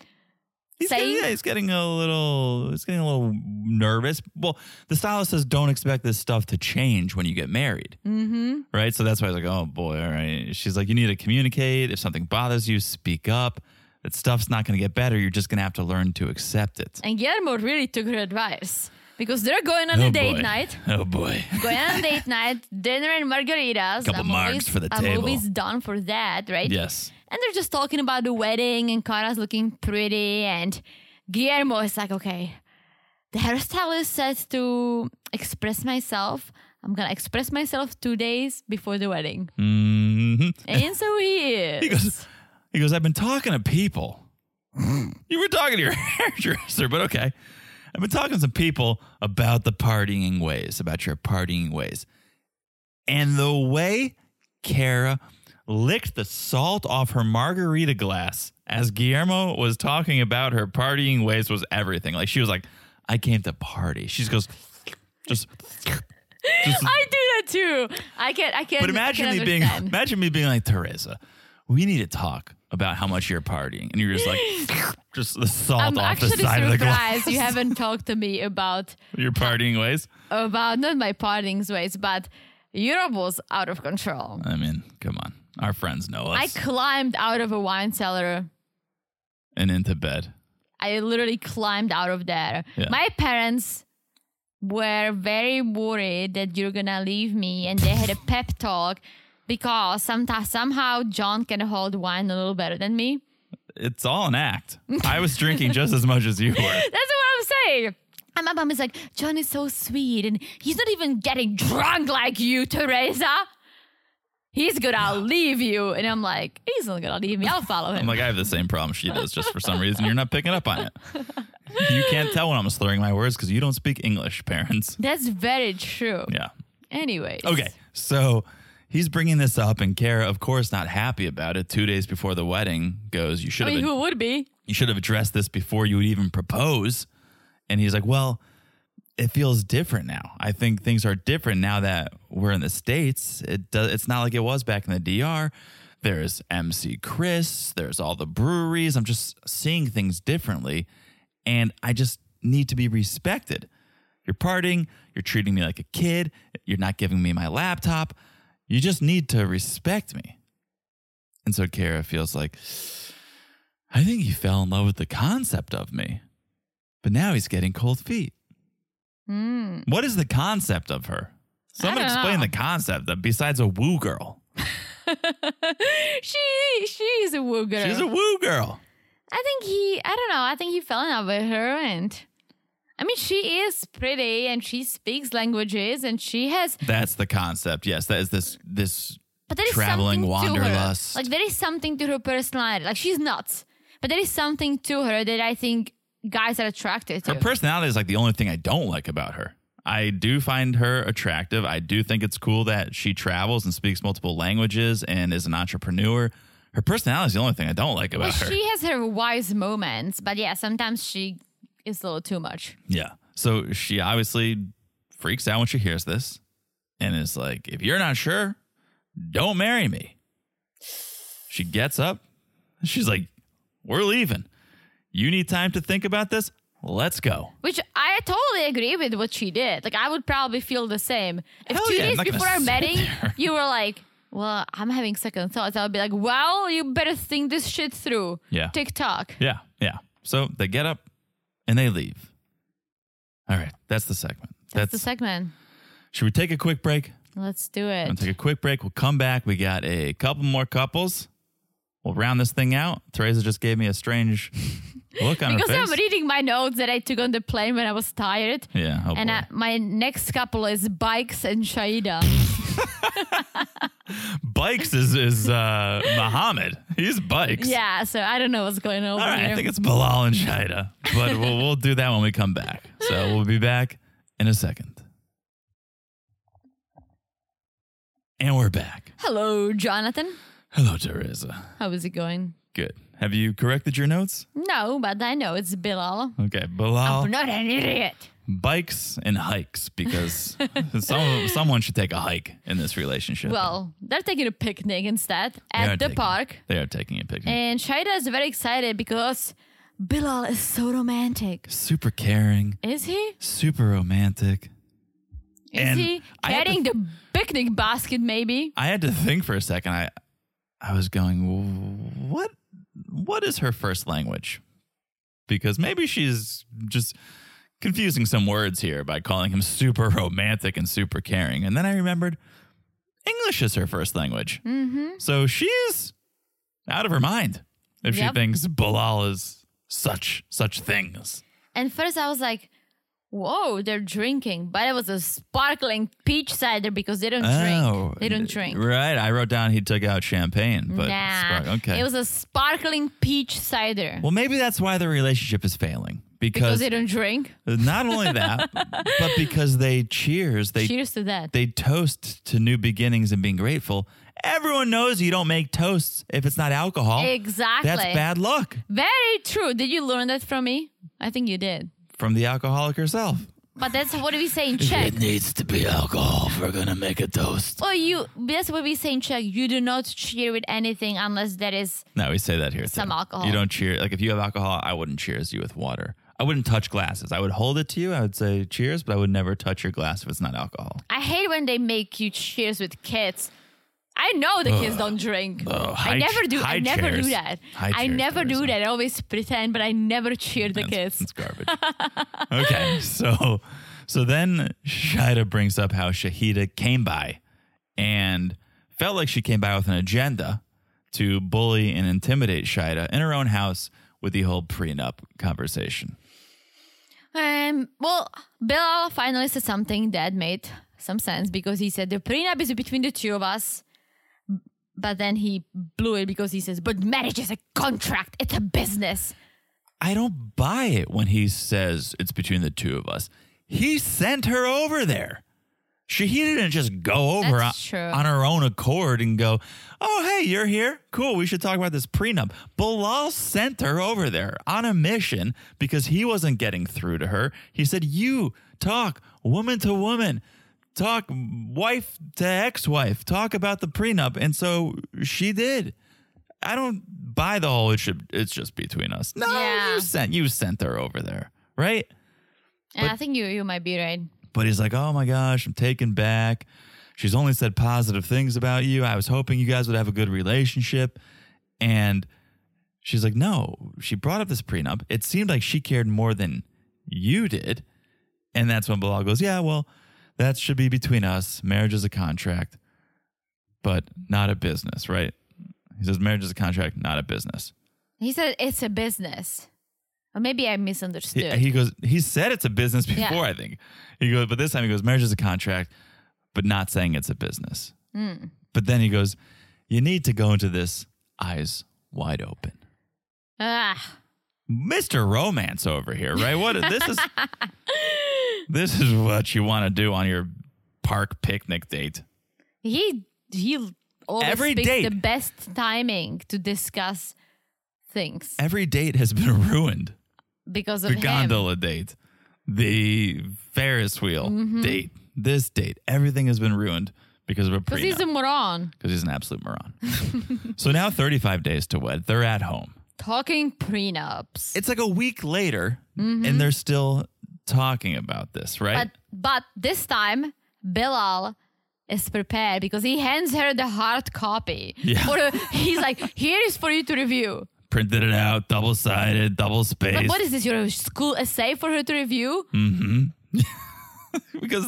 S5: he's getting,
S6: saying-
S5: yeah, he's getting a little, he's getting a little nervous. Well, the stylist says don't expect this stuff to change when you get married,
S6: mm-hmm.
S5: right? So that's why I was like, oh boy, all right. She's like, you need to communicate. If something bothers you, speak up. That stuff's not going to get better. You're just going to have to learn to accept it.
S6: And Guillermo really took her advice because they're going on a
S5: oh
S6: date
S5: boy.
S6: night.
S5: Oh boy.
S6: Going on
S5: <laughs>
S6: a date night, dinner and margaritas.
S5: Couple
S6: I'm
S5: margs
S6: always-
S5: for the
S6: I'm
S5: table.
S6: always down for that, right?
S5: yes.
S6: And they're just talking about the wedding and Kara's looking pretty. And Guillermo is like, okay, the hairstylist says to express myself. I'm going to express myself two days before the wedding.
S5: hmm
S6: And
S5: <laughs>
S6: so he is.
S5: He goes, he goes, I've been talking to people. you were talking to your <laughs> hairdresser, but okay. I've been talking to some people about the partying ways, about your partying ways. And the way Kara licked the salt off her margarita glass as Guillermo was talking about her partying ways was everything. Like she was like, I came to party. She just goes, just, just
S6: <laughs> I do that too. I can't. I can't.
S5: but imagine
S6: I
S5: me
S6: can't
S5: being <laughs>
S6: understand.
S5: imagine me being like Teresa. We need to talk about how much you're partying, and you're just like
S6: <laughs>
S5: just the salt
S6: I'm
S5: off the
S6: actually
S5: side of the glass.
S6: surprised you
S5: <laughs>
S6: haven't talked to me about
S5: your partying ways.
S6: about not my parting ways, but Europe was out of control.
S5: I mean, come on, our friends know
S6: I
S5: us
S6: climbed out of a wine cellar
S5: and into bed.
S6: I literally climbed out of there.
S5: Yeah.
S6: My parents were very worried that you're gonna leave me, and they
S5: <laughs>
S6: had a pep talk because sometimes somehow John can hold wine a little better than me.
S5: It's all an act. I was drinking just as much as you were.
S6: That's what I'm saying. And my mom is like, John is so sweet, and he's not even getting drunk like you, Teresa. He's gonna leave you. And I'm like, he's not gonna leave me. I'll follow him.
S5: I'm like, I have the same problem she does, just for some reason. You're not picking up on it. You can't tell when I'm slurring my words because you don't speak English, parents.
S6: That's very true.
S5: Yeah.
S6: Anyways.
S5: Okay. So he's bringing this up, and Kara, of course, not happy about it. Two days before the wedding, goes, You should
S6: I
S5: have
S6: mean,
S5: been-
S6: who would be?
S5: you should have addressed this before you would even propose. And he's like, well, it feels different now. I think things are different now that we're in the States. It does, it's not like it was back in the DR. There's MC Chris, there's all the breweries. I'm just seeing things differently. And I just need to be respected. You're partying, you're treating me like a kid, you're not giving me my laptop. You just need to respect me. And so Kara feels like, I think he fell in love with the concept of me, but now he's getting cold feet.
S6: Hmm.
S5: What is the concept of her? Someone
S6: don't
S5: explain
S6: know.
S5: the concept of besides a woo girl.
S6: <laughs> she she's a woo girl.
S5: She's a woo girl.
S6: I think he, I don't know, I think he fell in love with her. And I mean, she is pretty and she speaks languages and she has,
S5: That's the concept. Yes, that is this this
S6: but there is
S5: Traveling
S6: something to her.
S5: wanderlust.
S6: Like, there is something to her personality. Like, she's nuts, but there is something to her that I think guys are attracted to.
S5: her personality is like the only thing I don't like about her. I do find her attractive. I do think it's cool that she travels and speaks multiple languages and is an entrepreneur. Her personality is the only thing I don't like
S6: well,
S5: about her.
S6: she has her wise moments, but yeah, sometimes she is a little too much.
S5: Yeah. So she obviously freaks out when she hears this and is like, if you're not sure, don't marry me. She gets up. She's like, we're leaving. You need time to think about this. Let's go.
S6: Which I totally agree with what she did. Like I would probably feel the same. If
S5: Hell
S6: two
S5: yeah, I'm
S6: days
S5: not gonna
S6: before our
S5: sit
S6: wedding,
S5: there. <laughs>
S6: you were like, Well, I'm having second thoughts, I would be like, Well, you better think this shit through.
S5: Yeah.
S6: TikTok.
S5: Yeah. Yeah. So they get up and they leave. All right. That's the segment.
S6: That's, the segment.
S5: Should we take a quick break?
S6: Let's do it.
S5: We'll take a quick break. We'll come back. We got a couple more couples. We'll round this thing out. Teresa just gave me a
S6: <laughs>
S5: strange look on
S6: because
S5: her face.
S6: I'm reading my notes that I took on the plane when I was tired.
S5: Yeah. Oh
S6: And
S5: boy.
S6: I, my next couple is Bikes and Shaida.
S5: bikes is is uh, Muhammad. He's bikes.
S6: yeah, so I don't know what's going on
S5: All
S6: over
S5: right.
S6: here.
S5: I think it's Bilal and Shida, but we'll we'll do that when we come back. So we'll be back in a second. And we're back.
S6: Hello, Jonathan.
S5: Hello, Teresa.
S6: How is it going?
S5: Good. Have you corrected your notes?
S6: No, but I know it's Bilal.
S5: Okay, Bilal,
S6: I'm not an idiot.
S5: bikes and hikes
S6: <laughs>
S5: because some, someone should take a hike in this relationship.
S6: Well, they're taking a picnic instead
S5: They are
S6: at the
S5: taking- Hmm.
S6: park.
S5: they are taking a picnic.
S6: And Shaida is very excited because Bilal is so romantic.
S5: super caring,
S6: Is he?
S5: super romantic.
S6: Is
S5: And
S6: he
S5: I had to-
S6: carrying the picnic basket maybe?
S5: I had to think for a second. I I was going, what what is her first language? Because maybe she's just confusing some words here by calling him super romantic and super caring. And then I remembered English is her first language.
S6: Mm-hmm.
S5: So she's out of her mind if she
S6: Yep.
S5: thinks Bilal is such such things.
S6: And first I was like, whoa, they're drinking. But it was a sparkling peach cider because they don't drink. They don't drink.
S5: Right. I wrote down he took out champagne, Oh, but
S6: nah.
S5: spark- okay.
S6: It was a sparkling peach cider.
S5: Well, maybe that's why the relationship is failing
S6: because
S5: because,
S6: they don't drink.
S5: not only
S6: <laughs>
S5: that, but because they cheers, they
S6: Cheers to that.
S5: they toast to new beginnings and being grateful. Everyone knows you don't make toasts if it's not alcohol.
S6: Exactly.
S5: That's bad luck
S6: Very true. Did you learn that from me? I think you did.
S5: from the alcoholic herself.
S6: But that's what we say in Czech.
S5: needs to be alcohol if we're gonna make a toast.
S6: Well, you that's what we say in Czech. You do not cheer with anything unless that is
S5: No, we say that here. too.
S6: Some alcohol.
S5: You don't cheer. Like if you have alcohol, I wouldn't cheers you with water. I wouldn't touch glasses. I would hold it to you. I would say cheers, but I would never touch your glass if it's not alcohol.
S6: I hate when they make you cheers with kids. I know the kids don't drink.
S5: Ugh,
S6: I
S5: high
S6: never
S5: ch-
S6: do. I
S5: high
S6: never
S5: chairs.
S6: do that.
S5: High
S6: I
S5: chairs,
S6: never do
S5: Teresa.
S6: that. I always pretend, but I never cheer the
S5: That's-
S6: kids. <laughs>
S5: That's garbage. okay, so so then Shida brings up how Shahida came by and felt like she came by with an agenda to bully and intimidate Shida in her own house with the whole prenup conversation.
S6: Um, well, Bill finally said something that made some sense because he said the prenup is between the two of us. But then he blew it because he says, but marriage is a contract, it's a business.
S5: I don't buy it when he says it's between the two of us. He sent her over there. She he didn't just go over on,
S6: That's true.
S5: on her own accord and go, "Oh, hey, you're here. Cool. We should talk about this prenup." Bilal sent her over there on a mission because he wasn't getting through to her. He said, "You talk woman to woman. Talk wife to ex-wife. Talk about the prenup." And so she did. I don't buy the whole. It should. It's just between us. No,
S6: Yeah.
S5: you sent you sent her over there, right?
S6: And I think you you might be right.
S5: But he's like, oh my gosh, I'm taken back. She's only said positive things about you. I was hoping you guys would have a good relationship. And she's like, no, she brought up this prenup. It seemed like she cared more than you did. And that's when Bilal goes, yeah, well, that should be between us. Marriage is a contract, but not a business, right? He says, marriage is a contract, not a business.
S6: He said it's a business. Or maybe I misunderstood.
S5: He, he goes, he said it's a business before,
S6: Yeah.
S5: I think. He goes, but this time he goes, marriage is a contract, but not saying it's a business.
S6: Hmm.
S5: But then he goes, you need to go into this eyes wide open.
S6: ah,
S5: Mr. Romance over here, right? What this
S6: <laughs>
S5: is this is what you want to do on your park picnic date.
S6: he he always
S5: Every
S6: picks
S5: date.
S6: the best timing to discuss things
S5: Every date has been <laughs> ruined.
S6: because of
S5: the
S6: him.
S5: gondola date, the Ferris wheel
S6: Mm-hmm.
S5: date, this date. Everything has been ruined because of a
S6: Because
S5: prenup.
S6: he's a moron.
S5: because he's an absolute moron. <laughs> so now 35 days to wed. They're at home.
S6: Talking prenups.
S5: It's like a week later, and they're still talking about this, right?
S6: Mm-hmm. but but this time Bilal is prepared because he hands her the hard copy.
S5: Yeah.
S6: For the- he's like, here is for you to review.
S5: Printed it out, double sided, double
S6: But
S5: spaced. Mm-hmm.
S6: what is this? Your school essay for her to review?
S5: <laughs> because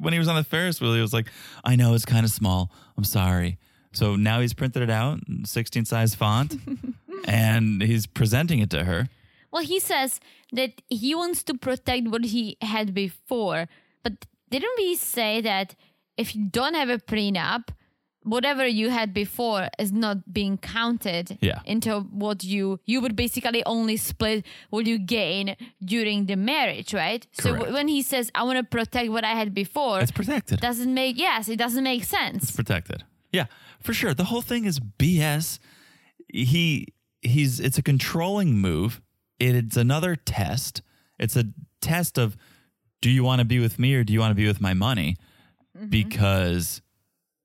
S5: when he was on the Ferris wheel, he was like, I know it's kind of small. I'm sorry. So now he's printed it out, in 16 size font,
S6: <laughs>
S5: and he's presenting it to her.
S6: Well, he says that he wants to protect what he had before. But didn't we say that if you don't have a prenup, whatever you had before is not being counted
S5: Yeah.
S6: into what you you would basically only split what you gain during the marriage, right? So
S5: Correct.
S6: w- when he says I want to protect what I had before,
S5: It's protected.
S6: doesn't make yes, it doesn't make
S5: It's
S6: sense.
S5: protected. Yeah, for sure. The whole thing is BS. He he's it's a controlling move. It's another test. It's a test of do you want to be with me or do you want to be with my money? Because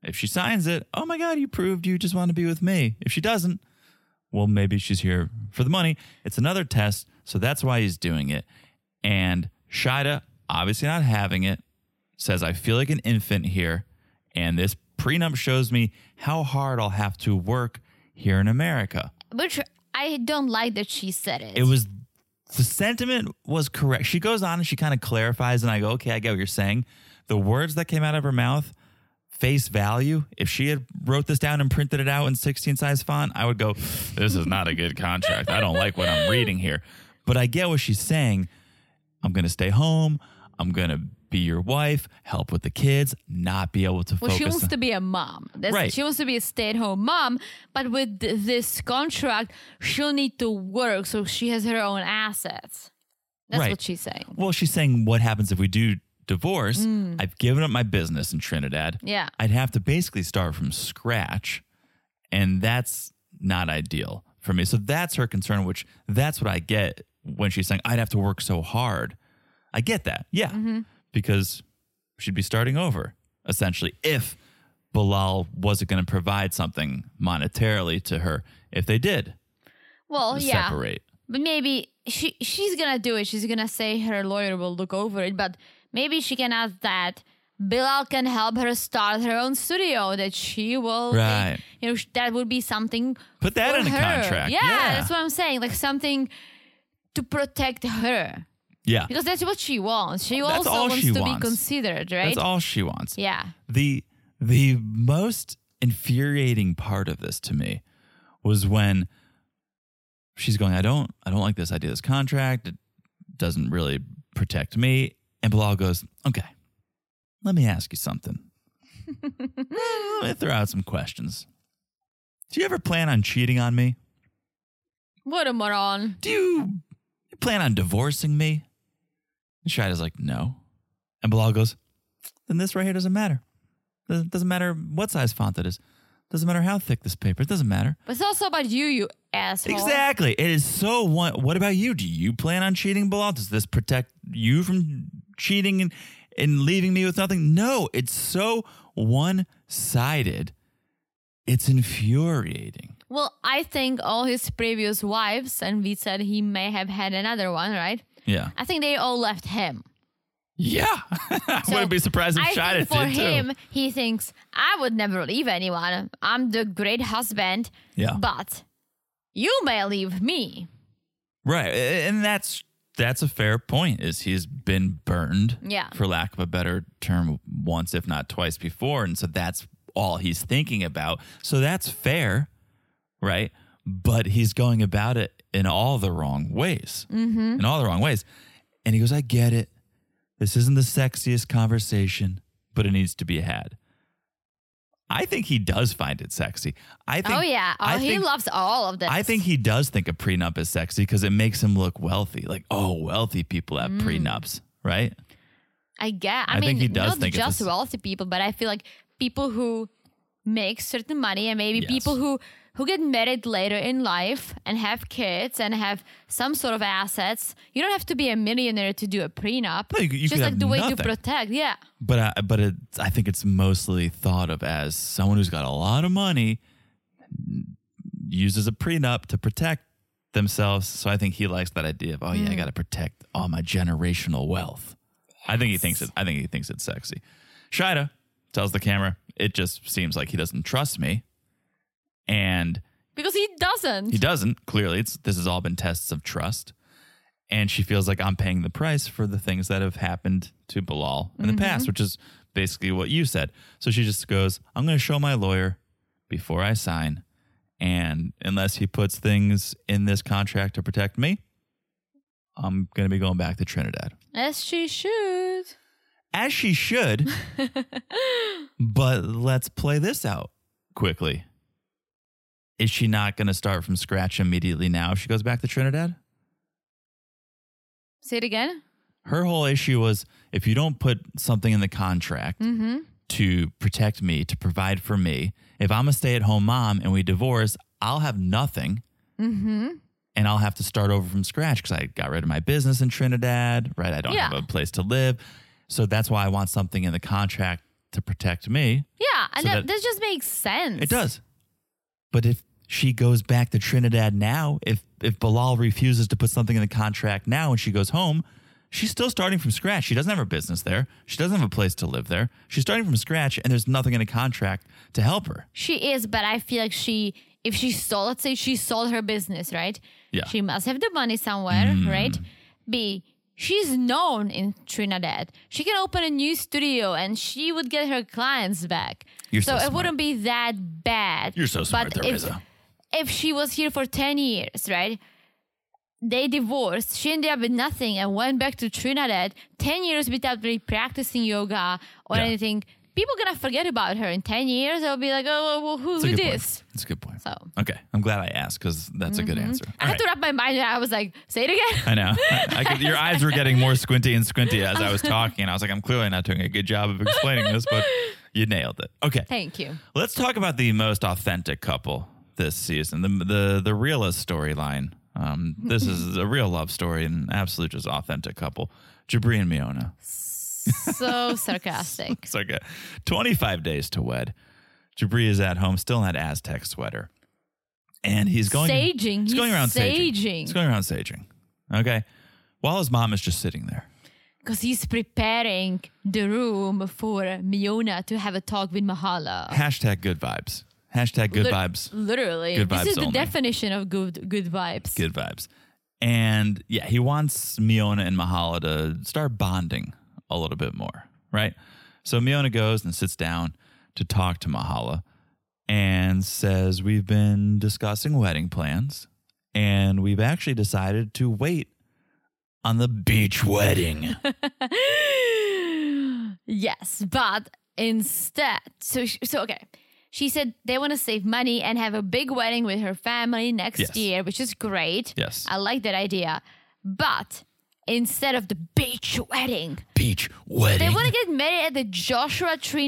S5: if she signs it, oh my god, you proved you just want to be with me. If she doesn't, well maybe she's here for the money. It's another test, so that's why he's doing it. And Shida obviously not having it says, I feel like an infant here, and this prenup shows me how hard I'll have to work here in America.
S6: Which I don't like that she said it.
S5: It was the sentiment was correct. She goes on and she kind of clarifies, and I go, okay, I get what you're saying. The words that came out of her mouth, face value. If she had wrote this down and printed it out in 16 size font, I would go, this is not a good contract. I don't like what I'm reading here. But I get what she's saying. I'm going to stay home. I'm going to be your wife, help with the kids, not be able to
S6: Well,
S5: focus.
S6: she wants
S5: on-
S6: to be a mom. That's,
S5: Right.
S6: She wants to be a stay-at-home mom, but with th- this contract, she'll need to work, so she has her own assets. That's
S5: Right.
S6: what she's saying.
S5: Well, she's saying what happens if we do divorce?
S6: Mm.
S5: I've given up my business in Trinidad.
S6: Yeah.
S5: I'd have to basically start from scratch, and that's not ideal for me. So that's her concern, which that's what I get when she's saying I'd have to work so hard. I get that. Yeah.
S6: Mm-hmm.
S5: Because she'd be starting over essentially if Bilal wasn't going to provide something monetarily to her if they did
S6: Well, Oh, yeah,
S5: separate.
S6: but maybe she she's gonna do it. She's gonna say her lawyer will look over it, but maybe she can ask that. Bilal can help her start her own studio that she will, be-
S5: Right.
S6: you know, sh- that would be something
S5: Put that
S6: for
S5: in a
S6: her.
S5: contract.
S6: Yeah,
S5: Yeah.
S6: that's what I'm saying. Like something to protect her.
S5: Yeah.
S6: Because that's what she wants. She
S5: That's
S6: also
S5: all
S6: wants
S5: she
S6: to
S5: wants.
S6: be considered, right?
S5: That's all she wants.
S6: Yeah.
S5: the the most infuriating part of this to me was when she's going i don't i don't like this idea this contract it doesn't really protect me. And Bilal goes, Okay, let me ask you something. let me throw out some questions. Do you ever plan on cheating on me?
S6: What a moron.
S5: Do you plan on divorcing me? And Shida's like, No. And Bilal goes, Then this right here doesn't matter. Doesn't doesn't matter what size font it is. Doesn't matter how thick this paper. It doesn't matter.
S6: But it's also about you, you asshole.
S5: Exactly. It is so one. What about you? Do you plan on cheating, Bilal? Does this protect you from cheating and, and leaving me with nothing? No, it's so one sided. It's infuriating.
S6: Well, I think all his previous wives, and we said he may have had another one, right?
S5: Yeah.
S6: I think they all left him.
S5: Yeah. <laughs> I
S6: So,
S5: wouldn't be surprised if
S6: I
S5: Shida did
S6: think for him,
S5: too.
S6: he thinks I would never leave anyone. I'm the great husband.
S5: Yeah.
S6: But you may leave me.
S5: Right. A- And that's that's a fair point. Is he's been burned,
S6: Yeah.
S5: for lack of a better term, once if not twice before, and so that's all he's thinking about. So that's fair, right? But he's going about it in all the wrong ways, mm-hmm. in all the wrong ways. And he goes, "I get it. This isn't the sexiest conversation, but it needs to be had." I think he does find it sexy. I think.
S6: oh yeah. Oh,
S5: I
S6: he
S5: think-
S6: loves all of this.
S5: I think he does think a prenup is sexy because it makes him look wealthy. Like, oh, wealthy people have prenups, right?
S6: I get. I,
S5: I
S6: mean,
S5: think he does
S6: not
S5: think it's
S6: just
S5: a s-
S6: wealthy people, but I feel like people who make certain money and maybe
S5: Yes.
S6: people who who get married later in life and have kids and have some sort of assets. You don't have to be a millionaire to do a prenup.
S5: No, you c- you
S6: just
S5: could
S6: like
S5: have
S6: the way
S5: nothing.
S6: to protect. Yeah.
S5: But I, but it, I think it's mostly thought of as someone who's got a lot of money uses a prenup to protect themselves. So I think he likes that idea of, oh yeah, I got to protect all my generational wealth. I think he thinks it. I think he thinks it's sexy. Shida tells the camera, "It just seems like he doesn't trust me." And
S6: Because he doesn't.
S5: He doesn't. Clearly, it's this has all been tests of trust, and she feels like I'm paying the price for the things that have happened to Bilal in the past, which is basically what you said. So she just goes, "I'm going to show my lawyer before I sign, and unless he puts things in this contract to protect me, I'm going to be going back to Trinidad."
S6: As she should.
S5: as she should. but let's play this out quickly. Is she not going to start from scratch immediately now if she goes back to Trinidad?
S6: Say it again.
S5: Her whole issue was if you don't put something in the contract
S6: Mm. Mm-hmm.
S5: to protect me, to provide for me, if I'm a stay at home mom and we divorce, I'll have nothing.
S6: Mm-hmm.
S5: And I'll have to start over from scratch because I got rid of my business in Trinidad, right? I don't
S6: Yeah.
S5: have a place to live. So that's why I want something in the contract to protect me.
S6: Yeah, and
S5: So
S6: that,
S5: that-
S6: this just makes sense.
S5: It does. But if she goes back to Trinidad now, if if Bilal refuses to put something in the contract now and she goes home, she's still starting from scratch. She doesn't have her business there. She doesn't have a place to live there. She's starting from scratch and there's nothing in a contract to help her.
S6: She is, but I feel like she, if she sold, let's say she sold her business, right?
S5: Yeah. Mm.
S6: She must have the money somewhere, right? B, she's known in Trinidad. She can open a new studio and she would get her clients back.
S5: You're so
S6: it
S5: smart.
S6: wouldn't be that bad. But
S5: there is
S6: if, if she was here for 10 years, right? They divorced. She ended up with nothing and went back to Trinidad 10 years without really practicing yoga or
S5: Yeah.
S6: anything. People gonna forget about her in 10 years. They'll be like, oh, well, who,
S5: It's a
S6: who
S5: good
S6: this?
S5: point. It's a good point.
S6: So. Mm-hmm.
S5: Okay. I'm glad I asked because that's a good answer.
S6: I had to wrap my mind and I was like, say it again.
S5: <laughs> I know. I could, your eyes were getting more squinty and squinty as I
S6: <laughs>
S5: was talking. And I was like, I'm clearly not doing a good job of explaining this, but you nailed it. Okay.
S6: <laughs> Thank you.
S5: Let's talk about the most authentic couple this season. The the the realest storyline. Um, this is a real love story and absolute just authentic couple. Jabri and Miona. <laughs>
S6: So sarcastic.
S5: It's like a 25 days to wed. Jabri is at home still in that Aztec sweater, and he's going
S6: Saging.
S5: He's
S6: He's
S5: going around
S6: saging.
S5: He's going around saging. Okay, while his mom is just sitting there.
S6: Because he's preparing the room for Miona to have a talk with Mahala.
S5: Hashtag good vibes. Hashtag good
S6: Lit-
S5: vibes.
S6: Literally.
S5: Good
S6: this
S5: vibes
S6: is the
S5: only.
S6: definition of good good vibes.
S5: good vibes. And yeah, he wants Miona and Mahala to start bonding a little bit more, right? So Miona goes and sits down to talk to Mahala and says, We've been discussing wedding plans and we've actually decided to wait on the beach
S6: <laughs>
S5: wedding.
S6: yes, but instead, so sh- so okay. She said they want to save money and have a big wedding with her family next
S5: Yes.
S6: year, which is great.
S5: Yes.
S6: I like that idea. But instead of the beach wedding,
S5: beach wedding.
S6: they want to get married at the Joshua Tree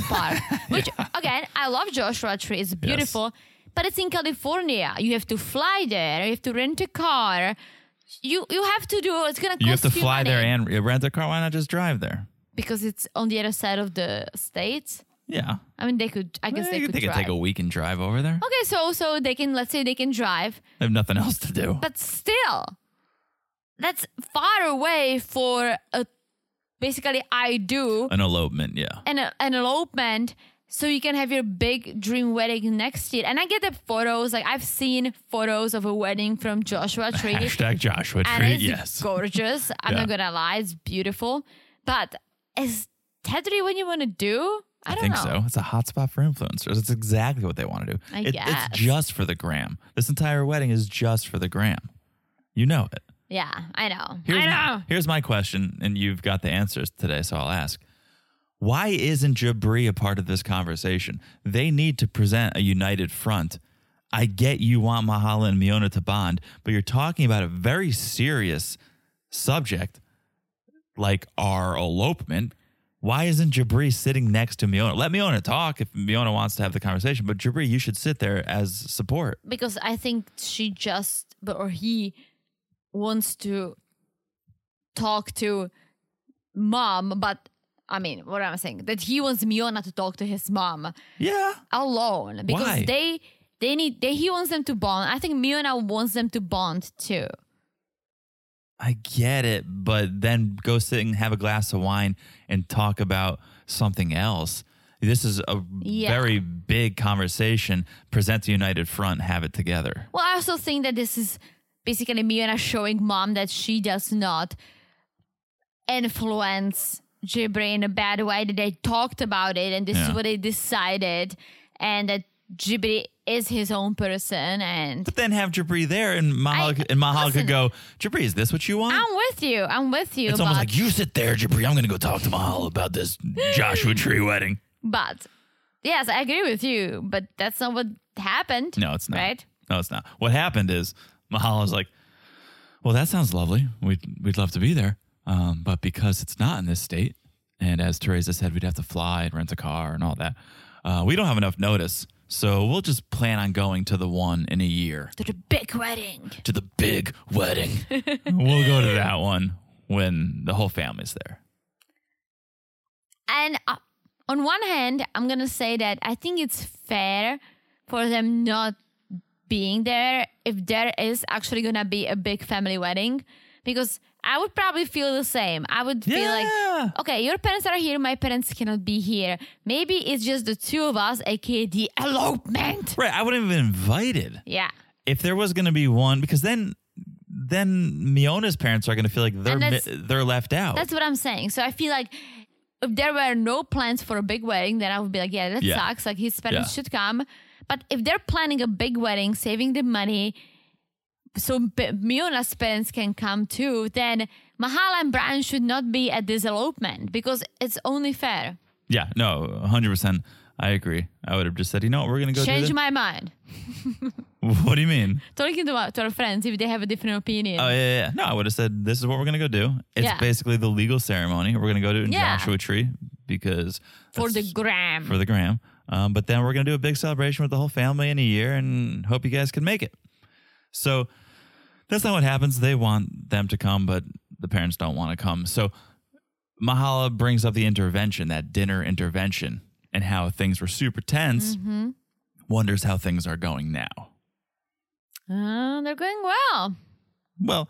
S5: <laughs>
S6: Park, which again, I love Joshua Tree. It's beautiful, but it's in California. You have to fly there. You have to rent a car. You you have to do. It's gonna cost
S5: you have to
S6: you
S5: fly there
S6: money.
S5: and rent a car. Why not just drive there?
S6: because it's on the other side of the states.
S5: Yeah.
S6: I mean, they could. I guess
S5: Eh,
S6: they could
S5: they could
S6: drive.
S5: take
S6: Oh.
S5: a week and drive over there.
S6: okay, so so they can let's say they can drive,
S5: They have nothing else to do.
S6: but still, that's far away for a basically I do
S5: An elopement, yeah.
S6: an an elopement. So you can have your big dream wedding next year, and I get the photos. Like I've seen photos of a wedding from
S5: <laughs>
S6: Joshua Tree.
S5: Hashtag Joshua
S6: and
S5: Tree,
S6: it's
S5: yes.
S6: gorgeous. I'm
S5: Yeah.
S6: not gonna lie, it's beautiful. But is that really what you want to do? I,
S5: I
S6: don't
S5: think
S6: know.
S5: so. It's a hot spot for influencers. It's exactly what they want to do.
S6: I
S5: It-
S6: guess.
S5: It's just for the gram. This entire wedding is just for the gram. You know it.
S6: Yeah, I know.
S5: Here's
S6: I know.
S5: My, here's my question, and you've got the answers today, so I'll ask. Why isn't Jabri a part of this conversation? They need to present a united front. I get you want Mahala and Miona to bond, but you're talking about a very serious subject like our elopement. Why isn't Jabri sitting next to Miona? Let Miona talk if Miona wants to have the conversation, but Jabri, you should sit there as support.
S6: Because I think she just or he wants to talk to mom, but I mean, what am I saying? That he wants Miona to talk to his mom
S5: Yeah.
S6: alone because
S5: Why?
S6: they they need they, he wants them to bond. I think Miona wants them to bond too.
S5: I get it, but then go sit and have a glass of wine and talk about something else. This is a
S6: Yeah.
S5: very big conversation. Present the united front, have it together.
S6: Well, I also think that this is basically Miona showing mom that she does not influence Jibri in a bad way, that they talked about it and this
S5: Yeah.
S6: is what they decided, and that Jibri is his own person. And
S5: But then have Jabri there, and Mahal,
S6: I-
S5: and Mahal
S6: listen.
S5: could go, Jabri, is this what you want?
S6: I'm with you. I'm with you.
S5: it's
S6: but,
S5: almost like, you sit there, Jabri. I'm going to go talk to Mahal about this Joshua Tree wedding.
S6: but yes, I agree with you, but that's not what happened.
S5: No, it's not.
S6: Right?
S5: No, it's not. What happened is Mahal was like, "Well, that sounds lovely. We'd we'd love to be there, um, but because it's not in this state, and as Teresa said, we'd have to fly and rent a car and all that. Uh, we don't have enough notice, so we'll just plan on going to the one in a year,
S6: To the big wedding.
S5: to the big
S6: <laughs>
S5: wedding. we'll go to that one when the whole family's there.
S6: And uh, on one hand, I'm going to say that I think it's fair for them not being there if there is actually going to be a big family wedding because I would probably feel the same. I would feel
S5: Yeah.
S6: like, okay, your parents are here, my parents cannot be here. Maybe it's just the two of us, aka the elopement.
S5: Right? I wouldn't have been invited."
S6: Yeah.
S5: if there was going to be one, because then then Miona's parents are going to feel like they're
S6: And
S5: mi-
S6: that's-
S5: they're left out.
S6: That's what I'm saying. So I feel like if there were no plans for a big wedding, then I would be like, yeah, that
S5: Yeah.
S6: sucks. Like his parents
S5: Yeah.
S6: should come. But if they're planning a big wedding, saving the money, so B- Miona's parents can come too, then Mahala and Brian should not be at this elopement because it's only fair.
S5: yeah, no, hundred percent. I agree. I would have just said, you know, what, we're going to go.
S6: Change
S5: do
S6: my mind.
S5: this. <laughs> What do you mean?
S6: Talking to, our- to our friends if they have a different opinion.
S5: Oh yeah, yeah, yeah. No, I would have said this is what we're going to go do. It's
S6: Yeah.
S5: basically the legal ceremony. We're going to go to it in
S6: Yeah.
S5: Joshua Tree because
S6: for the
S5: that's
S6: gram.
S5: for the gram. Um, but then we're going to do a big celebration with the whole family in a year and hope you guys can make it. So that's not what happens. They want them to come, but the parents don't want to come. So Mahala brings up the intervention, that dinner intervention, and how things were super
S6: Mm-hmm.
S5: tense. Wonders how things are going now.
S6: Uh, they're going well.
S5: Well,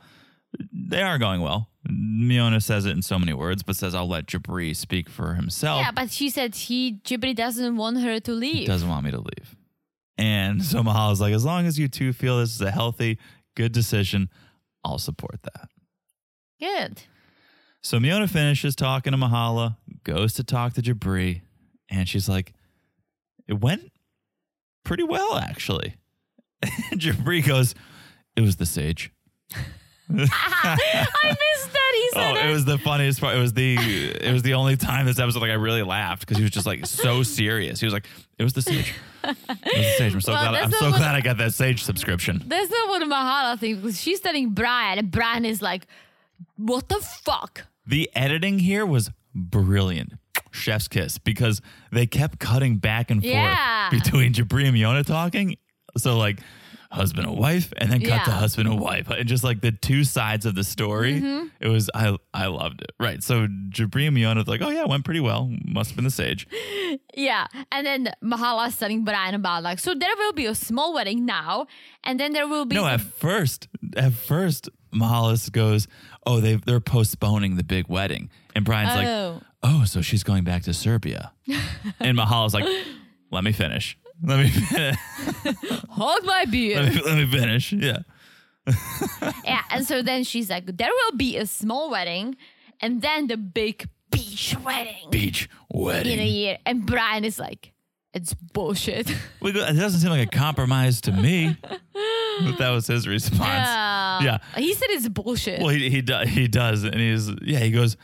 S5: they are going well. Miona says it in so many words, but says, I'll let Jabri speak for himself.
S6: Yeah, but she said he, Jibri doesn't want her to leave.
S5: doesn't want me to leave. And <laughs> so Mahala's like, as long as you two feel this is a healthy, good decision, I'll support that.
S6: Good.
S5: So Miona finishes talking to Mahala, goes to talk to Jabri, and she's like, it went <laughs> pretty well, actually. And Jabri goes, it was the sage.
S6: <laughs> I missed that. He
S5: Oh,
S6: said
S5: it
S6: it.
S5: was the funniest part. It was the it was the only time this episode like I really laughed because he was just like so serious. He was like, "It was the sage. It was the sage." I'm so
S6: Well,
S5: glad.
S6: that's
S5: I'm so
S6: not what-
S5: glad I got that sage subscription.
S6: That's not what Mahala thinks. 'cause She's telling Brian, and Brian is like, "What the fuck?"
S5: The editing here was brilliant. Chef's kiss because they kept cutting back and forth
S6: Yeah.
S5: between Jabri and Yona talking. So like husband and wife, and then cut to
S6: Yeah.
S5: husband and wife, and just like the two sides of the story.
S6: Mm-hmm.
S5: It was I I loved it. Right. So Jabri and Yona like, oh yeah, it went pretty well. Must have been the sage.
S6: Yeah, and then Mahala is telling Brian about like, so there will be a small wedding now, and then there will be
S5: No,
S6: the-
S5: at first, at first, Mahalis goes, "Oh, they they're postponing the big wedding," and Brian's
S6: Oh.
S5: like, "Oh, so she's going back to Serbia," and Mahalis like, "Let me finish. Let me finish.
S6: <laughs> hold my
S5: <laughs>
S6: beer.
S5: Let me, let me finish." Yeah,
S6: Yeah, and so then she's like, there will be a small wedding and then the big beach wedding
S5: beach
S6: in a
S5: wedding.
S6: year. And Brian is like, it's
S5: <laughs>
S6: bullshit.
S5: We go, it doesn't seem like a compromise to me. But that was his response. yeah.
S6: Um, He said it's bullshit.
S5: Well, he he, do, he does, and he's yeah. He goes,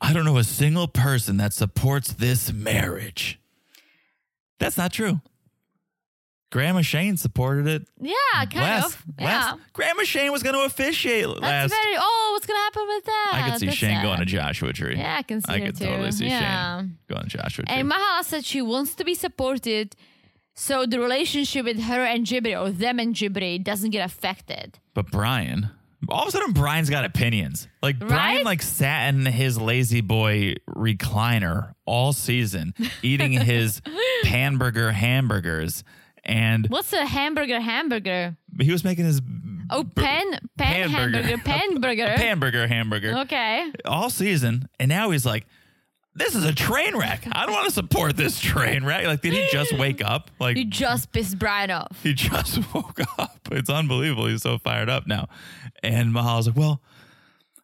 S5: "I don't know a single person that supports this marriage." That's not true. Grandma Shane supported it.
S6: yeah, kind
S5: last,
S6: of. Yeah.
S5: last- Grandma Shane was going to officiate last.
S6: That's very, oh, what's going to happen with that?
S5: I could see
S6: That's
S5: Shane
S6: sad.
S5: going to Joshua Tree.
S6: Yeah, I can see
S5: I
S6: her
S5: could
S6: too.
S5: totally see
S6: Yeah.
S5: Shane going to Joshua Tree.
S6: And Mahala said she wants to be supported so the relationship with her and Jibri or them and Jibri doesn't get affected.
S5: but Brian, all of a sudden, Brian's got opinions. Like Brian,
S6: Right?
S5: like sat in his lazy boy recliner all
S6: <laughs>
S5: season, eating his hamburger hamburgers, and
S6: What's a hamburger hamburger?
S5: he was making his
S6: Oh, pen, pen
S5: Hamburger. <laughs>
S6: hamburger, pen burger.
S5: hamburger hamburger
S6: Okay.
S5: all season, and now he's like, "This is a train wreck. I don't want to support this train wreck." Like, did he
S6: <laughs>
S5: just wake up? Like,
S6: You just pissed Brian off.
S5: he <laughs> just woke up. It's unbelievable. He's so fired up now. And Mahal's like, well,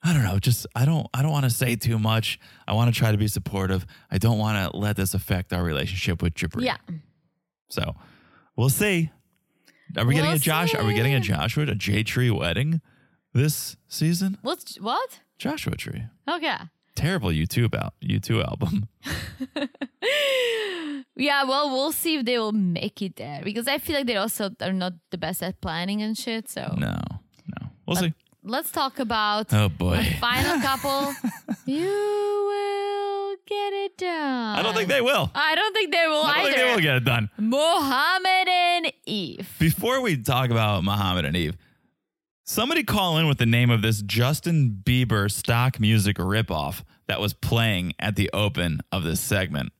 S5: I don't know. Just I don't I don't want to say too much. I want to try to be supportive. I don't want to let this affect our relationship with Jabri.
S6: Yeah.
S5: So we'll see. Are we getting
S6: We'll
S5: a Josh? Are we getting a
S6: see.
S5: Joshua a J Tree wedding this season?
S6: What's what?
S5: Joshua Tree.
S6: Okay.
S5: Terrible YouTube out U2 album. <laughs>
S6: Yeah, well, we'll see if they will make it there because I feel like they also are not the best at planning and shit. So
S5: No, no. We'll see.
S6: let's talk about
S5: Oh
S6: our
S5: boy.
S6: final
S5: <laughs>
S6: couple. you will get it done.
S5: I don't think they will.
S6: I don't think they will
S5: I don't
S6: either.
S5: think they will get it done.
S6: Mohammed and Eve.
S5: Before we talk about Muhammad and Eve, somebody call in with the name of this Justin Bieber stock music ripoff that was playing at the open of this segment.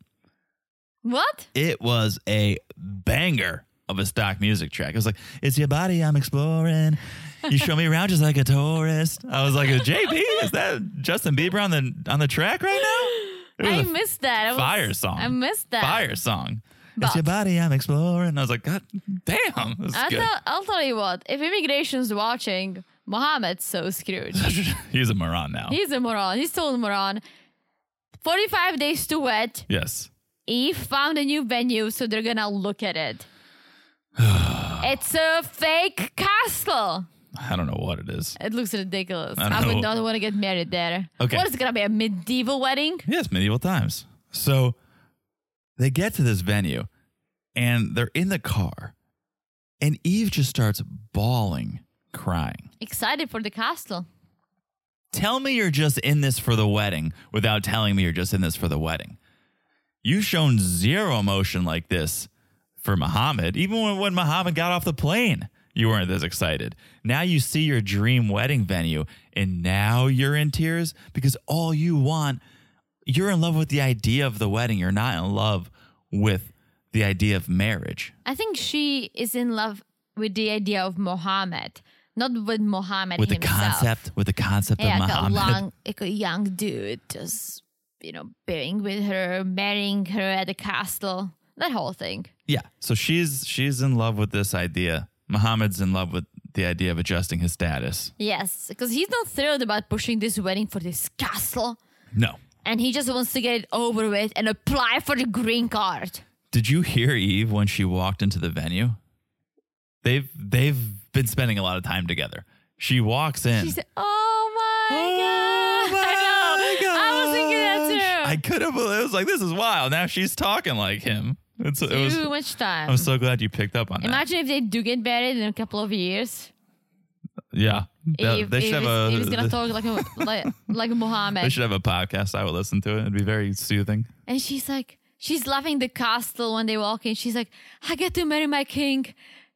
S6: What?
S5: It was a banger of a stock music track. It was like, It's your body I'm exploring. You show me around just like a tourist. I was like, JB, is that Justin Bieber on the on the track right now? It was
S6: I
S5: a
S6: missed that. I was-
S5: fire song.
S6: I missed that.
S5: Fire song.
S6: But-
S5: it's your body I'm exploring. I was like, God damn. That's
S6: I
S5: good.
S6: thought, I'll tell you what. If immigration's watching, Mohammed's
S5: <laughs>
S6: so screwed.
S5: <laughs> He's a moron now.
S6: He's a moron. He's still a moron. 45 days to wed.
S5: yes.
S6: Eve found a new venue, so they're gonna look
S5: <sighs>
S6: at it. it's a fake castle.
S5: I don't know what it is.
S6: It looks ridiculous.
S5: I don't
S6: I, would
S5: know.
S6: not want to get married there.
S5: Okay.
S6: What is it gonna be? A medieval wedding?
S5: Yes, medieval times. So they get to this venue and they're in the car and Eve just starts bawling, crying.
S6: Excited for the castle.
S5: Tell me you're just in this for the wedding without telling me you're just in this for the wedding. You've shown zero emotion like this for Muhammad. Even when, when Muhammad got off the plane, you weren't this excited. Now you see your dream wedding venue and now you're in tears because all you want, you're in love with the idea of the wedding. You're not in love with the idea of marriage.
S6: I think she is in love with the idea of Mohammed, not with Mohammed
S5: With the
S6: himself.
S5: concept, with the concept
S6: yeah,
S5: of
S6: like a
S5: Muhammad.
S6: long, like a young dude, just you know, being with her, marrying her at the castle, that whole thing.
S5: Yeah. So she's she's in love with this idea. Muhammad's in love with the idea of adjusting his status.
S6: Yes, because he's not thrilled about pushing this wedding for this castle,
S5: No.
S6: and he just wants to get it over with and apply for the green card.
S5: Did you hear Eve when she walked into the venue? They've they've been spending a lot of time together. She walks in.
S6: She said, "Oh my god!" I know. I was thinking that too.
S5: I could have. It was like this is wild. Now she's talking like him. It's, it was.
S6: too much time.
S5: I'm so glad you picked up on that.
S6: Imagine if they do get married in a couple of years.
S5: Yeah, That-
S6: if,
S5: they should
S6: if
S5: have
S6: it's-
S5: a.
S6: if it's gonna
S5: they- <laughs>
S6: talk like a, like like
S5: They
S6: Mohammed,
S5: should have a podcast. I would listen to it. It'd be very soothing.
S6: and she's like, she's loving the castle when they walk in. She's like, I get to marry my king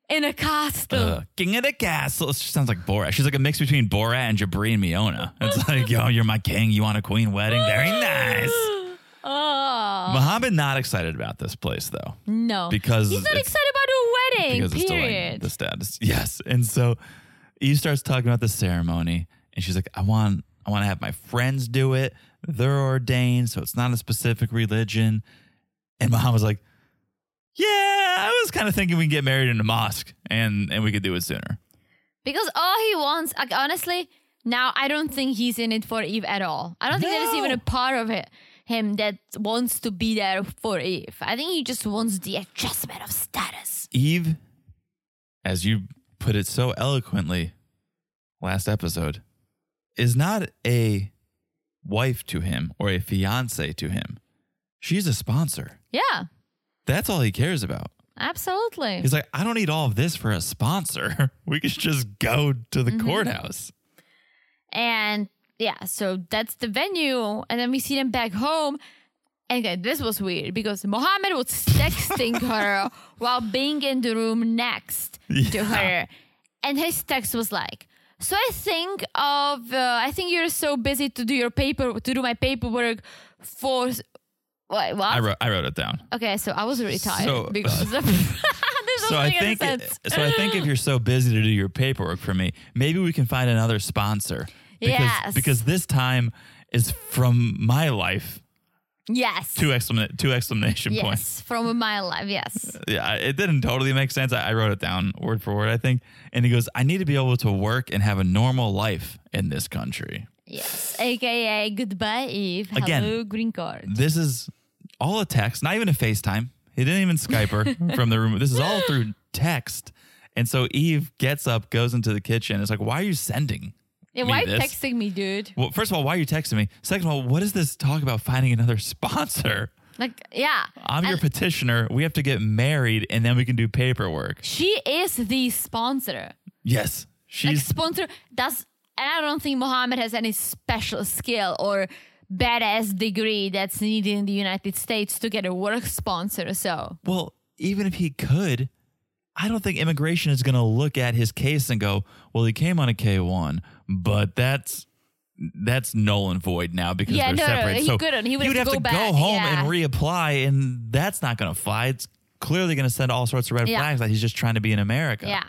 S6: in a castle.
S5: Uh, king of the castle. She sounds like Borat. She's like a mix between Borat and Jabri and Miona. It's like, yo, you're my king. You want a queen wedding? Very nice.
S6: <gasps> Oh
S5: Mohammed not excited about this place though.
S6: no,
S5: Because
S6: he's not
S5: it's-
S6: excited about a wedding.
S5: because it's
S6: Period.
S5: delaying the status. <laughs> Yes, and so Eve starts talking about the ceremony, and she's like, "I want, I want to have my friends do it. They're ordained, so it's not a specific religion." And Muhammad was like, "Yeah, I was kind of thinking we can get married in a mosque, and and we could do it sooner."
S6: Because all he wants, like honestly, now I don't think he's in it for Eve at all. I don't think there's even
S5: No.
S6: a part of it, him that wants to be there for Eve. I think he just wants the adjustment of status.
S5: Eve, as you put it so eloquently last episode, is not a wife to him or a fiance to him. She's a sponsor.
S6: Yeah,
S5: That's all he cares about.
S6: absolutely.
S5: He's like, I don't need all of this for a sponsor. <laughs> We could just go to the courthouse.
S6: And yeah, so that's the venue. And then we see them back home. And again, this was weird because Mohammed was <laughs> texting her while being in the room next
S5: Yeah.
S6: to her. And his text was like, so I think of uh, I think you're so busy to do your paper to do my paperwork for wait what
S5: I wrote, I wrote it down.
S6: okay so I was really
S5: <laughs>
S6: tired
S5: So-
S6: <laughs> because there's
S5: So I think, so I think if you're so busy to do your paperwork for me, maybe we can find another sponsor. Because,
S6: Yes.
S5: Because this time is from my life.
S6: yes
S5: Two exclamation, two exclamation
S6: yes
S5: points.
S6: from my life yes
S5: Yeah, I- it didn't totally make sense. I, I wrote it down word for word, I think. And he goes, "I need to be able to work and have a normal life in this country."
S6: Yes, aka goodbye Eve.
S5: Again.
S6: Hello green card.
S5: this is all a text, not even a FaceTime. He didn't even Skype her from the room. This is all through text. And so Eve gets up, goes into the kitchen. It's like, why are you sending?
S6: Yeah, why
S5: me this?
S6: texting me, dude?
S5: Well, first of all, why are you texting me? Second of all, what is this talk about finding another sponsor?
S6: Like, yeah,
S5: I'm your petitioner. We have to get married and then we can do paperwork.
S6: she is the sponsor.
S5: Yes.
S6: Like
S5: She's
S6: sponsor. That's and I don't think Mohammed has any special skill or badass degree that's needed in the United States to get a work sponsor. So
S5: Well, even if he could, I don't think immigration is going to look at his case and go, "Well, he came on a K one, but that's that's null and void now because
S6: Yeah,
S5: they're
S6: no, no,
S5: separate."
S6: he couldn't. He would
S5: you'd
S6: have
S5: have to
S6: to go
S5: go,
S6: back,
S5: home
S6: yeah.
S5: and reapply, and that's not going to fly. It's clearly going to send all sorts of red
S6: Yeah.
S5: flags that he's just trying to be in America.
S6: yeah,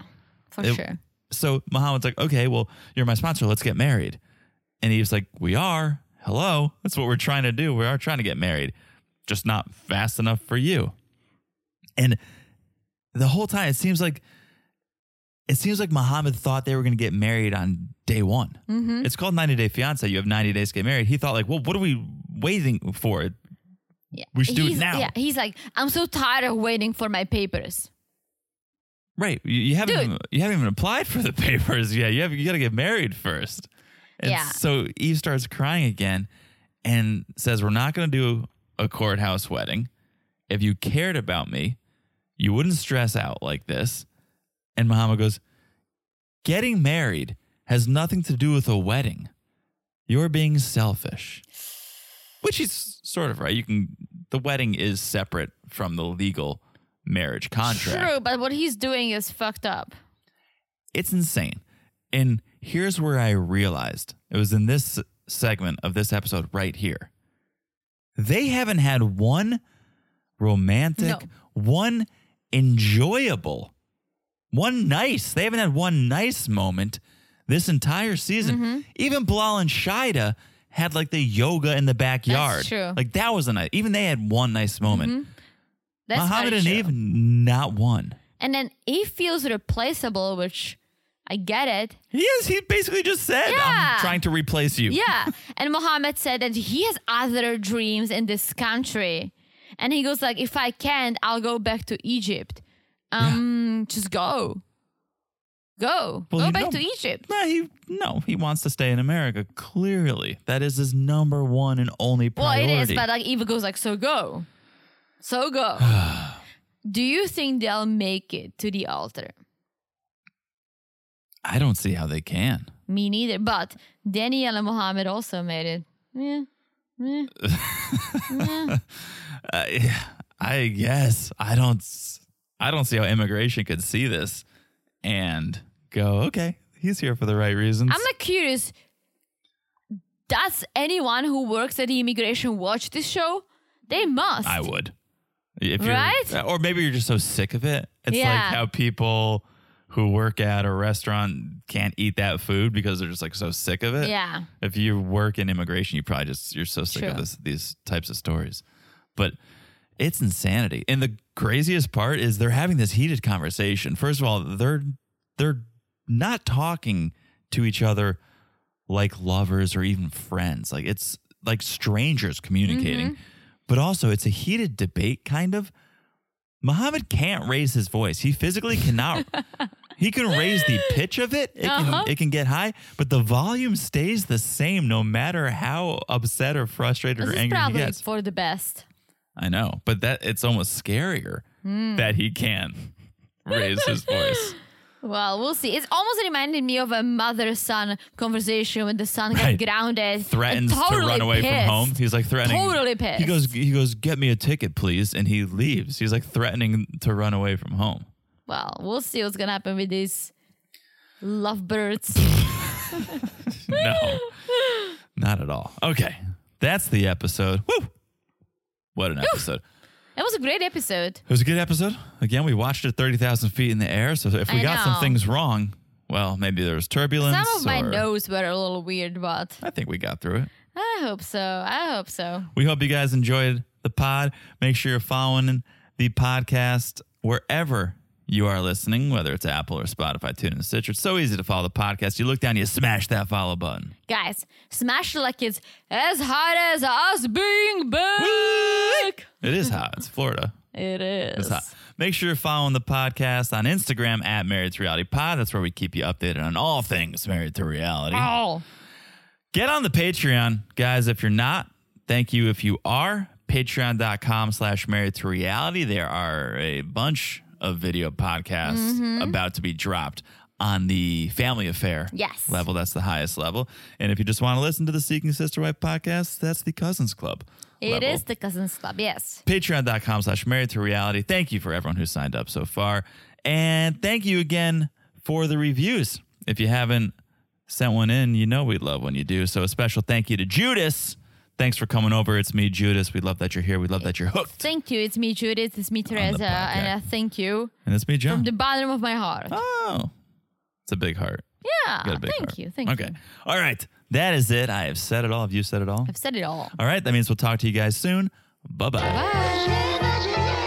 S6: for
S5: It-
S6: sure.
S5: So Muhammad's like, "Okay, well, you're my sponsor. Let's get married." And Eve's like, "We are. Hello, that's what we're trying to do. We are trying to get married, just not fast enough for you." And the whole time, it seems like it seems like Muhammad thought they were going to get married on day one. It's called 90 Day Fiance. You have 90 days to get married. He thought like, "Well, what are we waiting for?"
S6: Yeah.
S5: we should do it
S6: He's-
S5: now.
S6: Yeah, he's like, I'm so tired of waiting for my papers.
S5: Right? You, you haven't
S6: Dude.
S5: even, you haven't even applied for the <laughs> papers yet. You have you got to get married first. And
S6: Yeah.
S5: So Eve starts crying again and says, We're not going to do a courthouse wedding. If you cared about me, you wouldn't stress out like this. And Muhammad goes, Getting married has nothing to do with a wedding. You're being selfish. Which is sort of right. You can, the wedding is separate from the legal marriage contract
S6: True, but what he's doing is fucked up.
S5: it's insane. And here's where I realized it was in this segment of this episode right here. They haven't had one romantic,
S6: No.
S5: one enjoyable, one nice. They haven't had one nice moment this entire season.
S6: Mm-hmm.
S5: Even Bilal and Shida had like the yoga in the backyard.
S6: true. Mm-hmm.
S5: Like that was a nice. Even they had one nice moment.
S6: That's
S5: Muhammad
S6: very
S5: and
S6: true.
S5: Eve, not one.
S6: And then he feels replaceable, which I get it.
S5: He is. He basically just said,
S6: Yeah.
S5: "I'm trying to replace you." <laughs>
S6: Yeah. and Mohammed said that he has other dreams in this country. And he goes like, if I can't, I'll go back to Egypt. Um, just go. Go.
S5: Well,
S6: Go
S5: you
S6: back
S5: know-
S6: to Egypt.
S5: No, he no, he wants to stay in America. Clearly, that is his number one and only
S6: Well,
S5: priority.
S6: it is, but uh, like Eva goes like, so go.
S5: <sighs>
S6: So go. Do you think they'll make it to the altar?
S5: I don't see how they can.
S6: Me neither. But Danielle and Mohammed also made it. Yeah. Yeah.
S5: <laughs> Uh, yeah, I guess I don't. s- I don't see how immigration could see this and go, okay, he's here for the right reasons.
S6: I'm not curious. Does anyone who works at the immigration watch this show? They must.
S5: I would. If
S6: Right?
S5: You're, uh, or maybe you're just so sick of it. It's
S6: Yeah.
S5: like how people who work at a restaurant can't eat that food because they're just like so sick of it.
S6: Yeah.
S5: If you work in immigration, you probably just you're so sick of
S6: True.
S5: this, these types of stories. But it's insanity. And the craziest part is they're having this heated conversation. First of all, they're they're not talking to each other like lovers or even friends. Like it's like strangers communicating.
S6: Mm-hmm.
S5: But also it's a heated debate kind of. Muhammad can't raise his voice. He physically cannot
S6: <laughs>
S5: he can raise the pitch of it. It
S6: Uh-huh.
S5: can it can get high, but the volume stays the same no matter how upset or frustrated
S6: This
S5: or
S6: is
S5: angry he
S6: probably
S5: gets.
S6: for the best.
S5: I know, but that it's almost scarier
S6: Hmm.
S5: that he can raise his voice.
S6: Well, we'll see. It's almost reminded me of a mother-son conversation when the son
S5: Right.
S6: got grounded,
S5: Threatens
S6: and totally
S5: to run away from
S6: pissed.
S5: home. He's like threatening.
S6: Totally pissed.
S5: He goes. He goes. Get me a ticket, please. And he leaves. He's like threatening to run away from home. <laughs>
S6: Well, we'll see what's gonna happen with these lovebirds.
S5: No, not at all. Okay, that's the episode. Woo! What an episode.
S6: that was a great episode.
S5: It was a good episode. Again, we watched it 30,000 feet in the air. So if we
S6: I
S5: got some
S6: know.
S5: things wrong, well, maybe there was turbulence.
S6: Some of my
S5: or-
S6: notes were a little weird, but
S5: I think we got through it.
S6: I hope so. I hope so.
S5: We hope you guys enjoyed the pod. Make sure you're following the podcast wherever you are listening, whether it's Apple or Spotify, TuneIn, Stitcher. It's so easy to follow the podcast. You look down, you smash that follow button.
S6: Guys, smash the like it's as hot as us being back.
S5: It is hot. It's Florida.
S6: It is.
S5: It's hot. Make sure you're following the podcast on Instagram at Married to Reality Pod. That's where we keep you updated on all things Married to Reality.
S6: Oh.
S5: Get on the Patreon, guys, if you're not. Thank you if you are. Patreon.com slash married to reality. There are a bunch of video podcasts
S6: Mm-hmm.
S5: about to be dropped on the family affair
S6: Yes.
S5: level. That's the highest level. And if you just want to listen to the Seeking Sister Wife podcast, that's the Cousins Club.
S6: it is
S5: level
S6: the Cousins Club, yes.
S5: patreon.com slash married to reality thank you for everyone who signed up so far and thank you again for the reviews if you haven't sent one in you know we love when you do so a special thank you to judas thanks for coming over it's me judas we love that you're here we love that you're hooked
S6: Thank you. It's me, Judith. It's me, Teresa. And uh, thank you
S5: and it's me john
S6: from the bottom of my heart.
S5: oh it's a big heart
S6: yeah.
S5: You got a big
S6: Thank
S5: heart.
S6: you. Thank
S5: okay
S6: you.
S5: all right that is it i have said it all have you said it all
S6: I've said it all.
S5: all right that means we'll talk to you guys soon bye-bye
S6: Bye.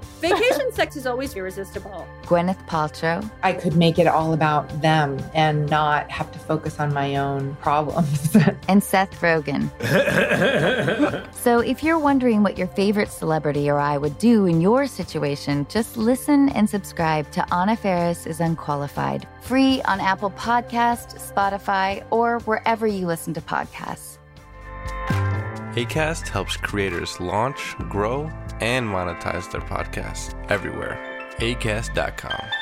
S1: Vacation sex is always irresistible.
S2: Gwyneth Paltrow,
S3: I could make it all about them and not have to focus on my own problems. <laughs>
S2: and Seth Rogen. so, if you're wondering what your favorite celebrity or I would do in your situation, just listen and subscribe to Anna Ferris is Unqualified, free on Apple Podcast, Spotify, or wherever you listen to podcasts.
S4: ACAST helps creators launch, grow, and monetize their podcasts everywhere. ACAST.com.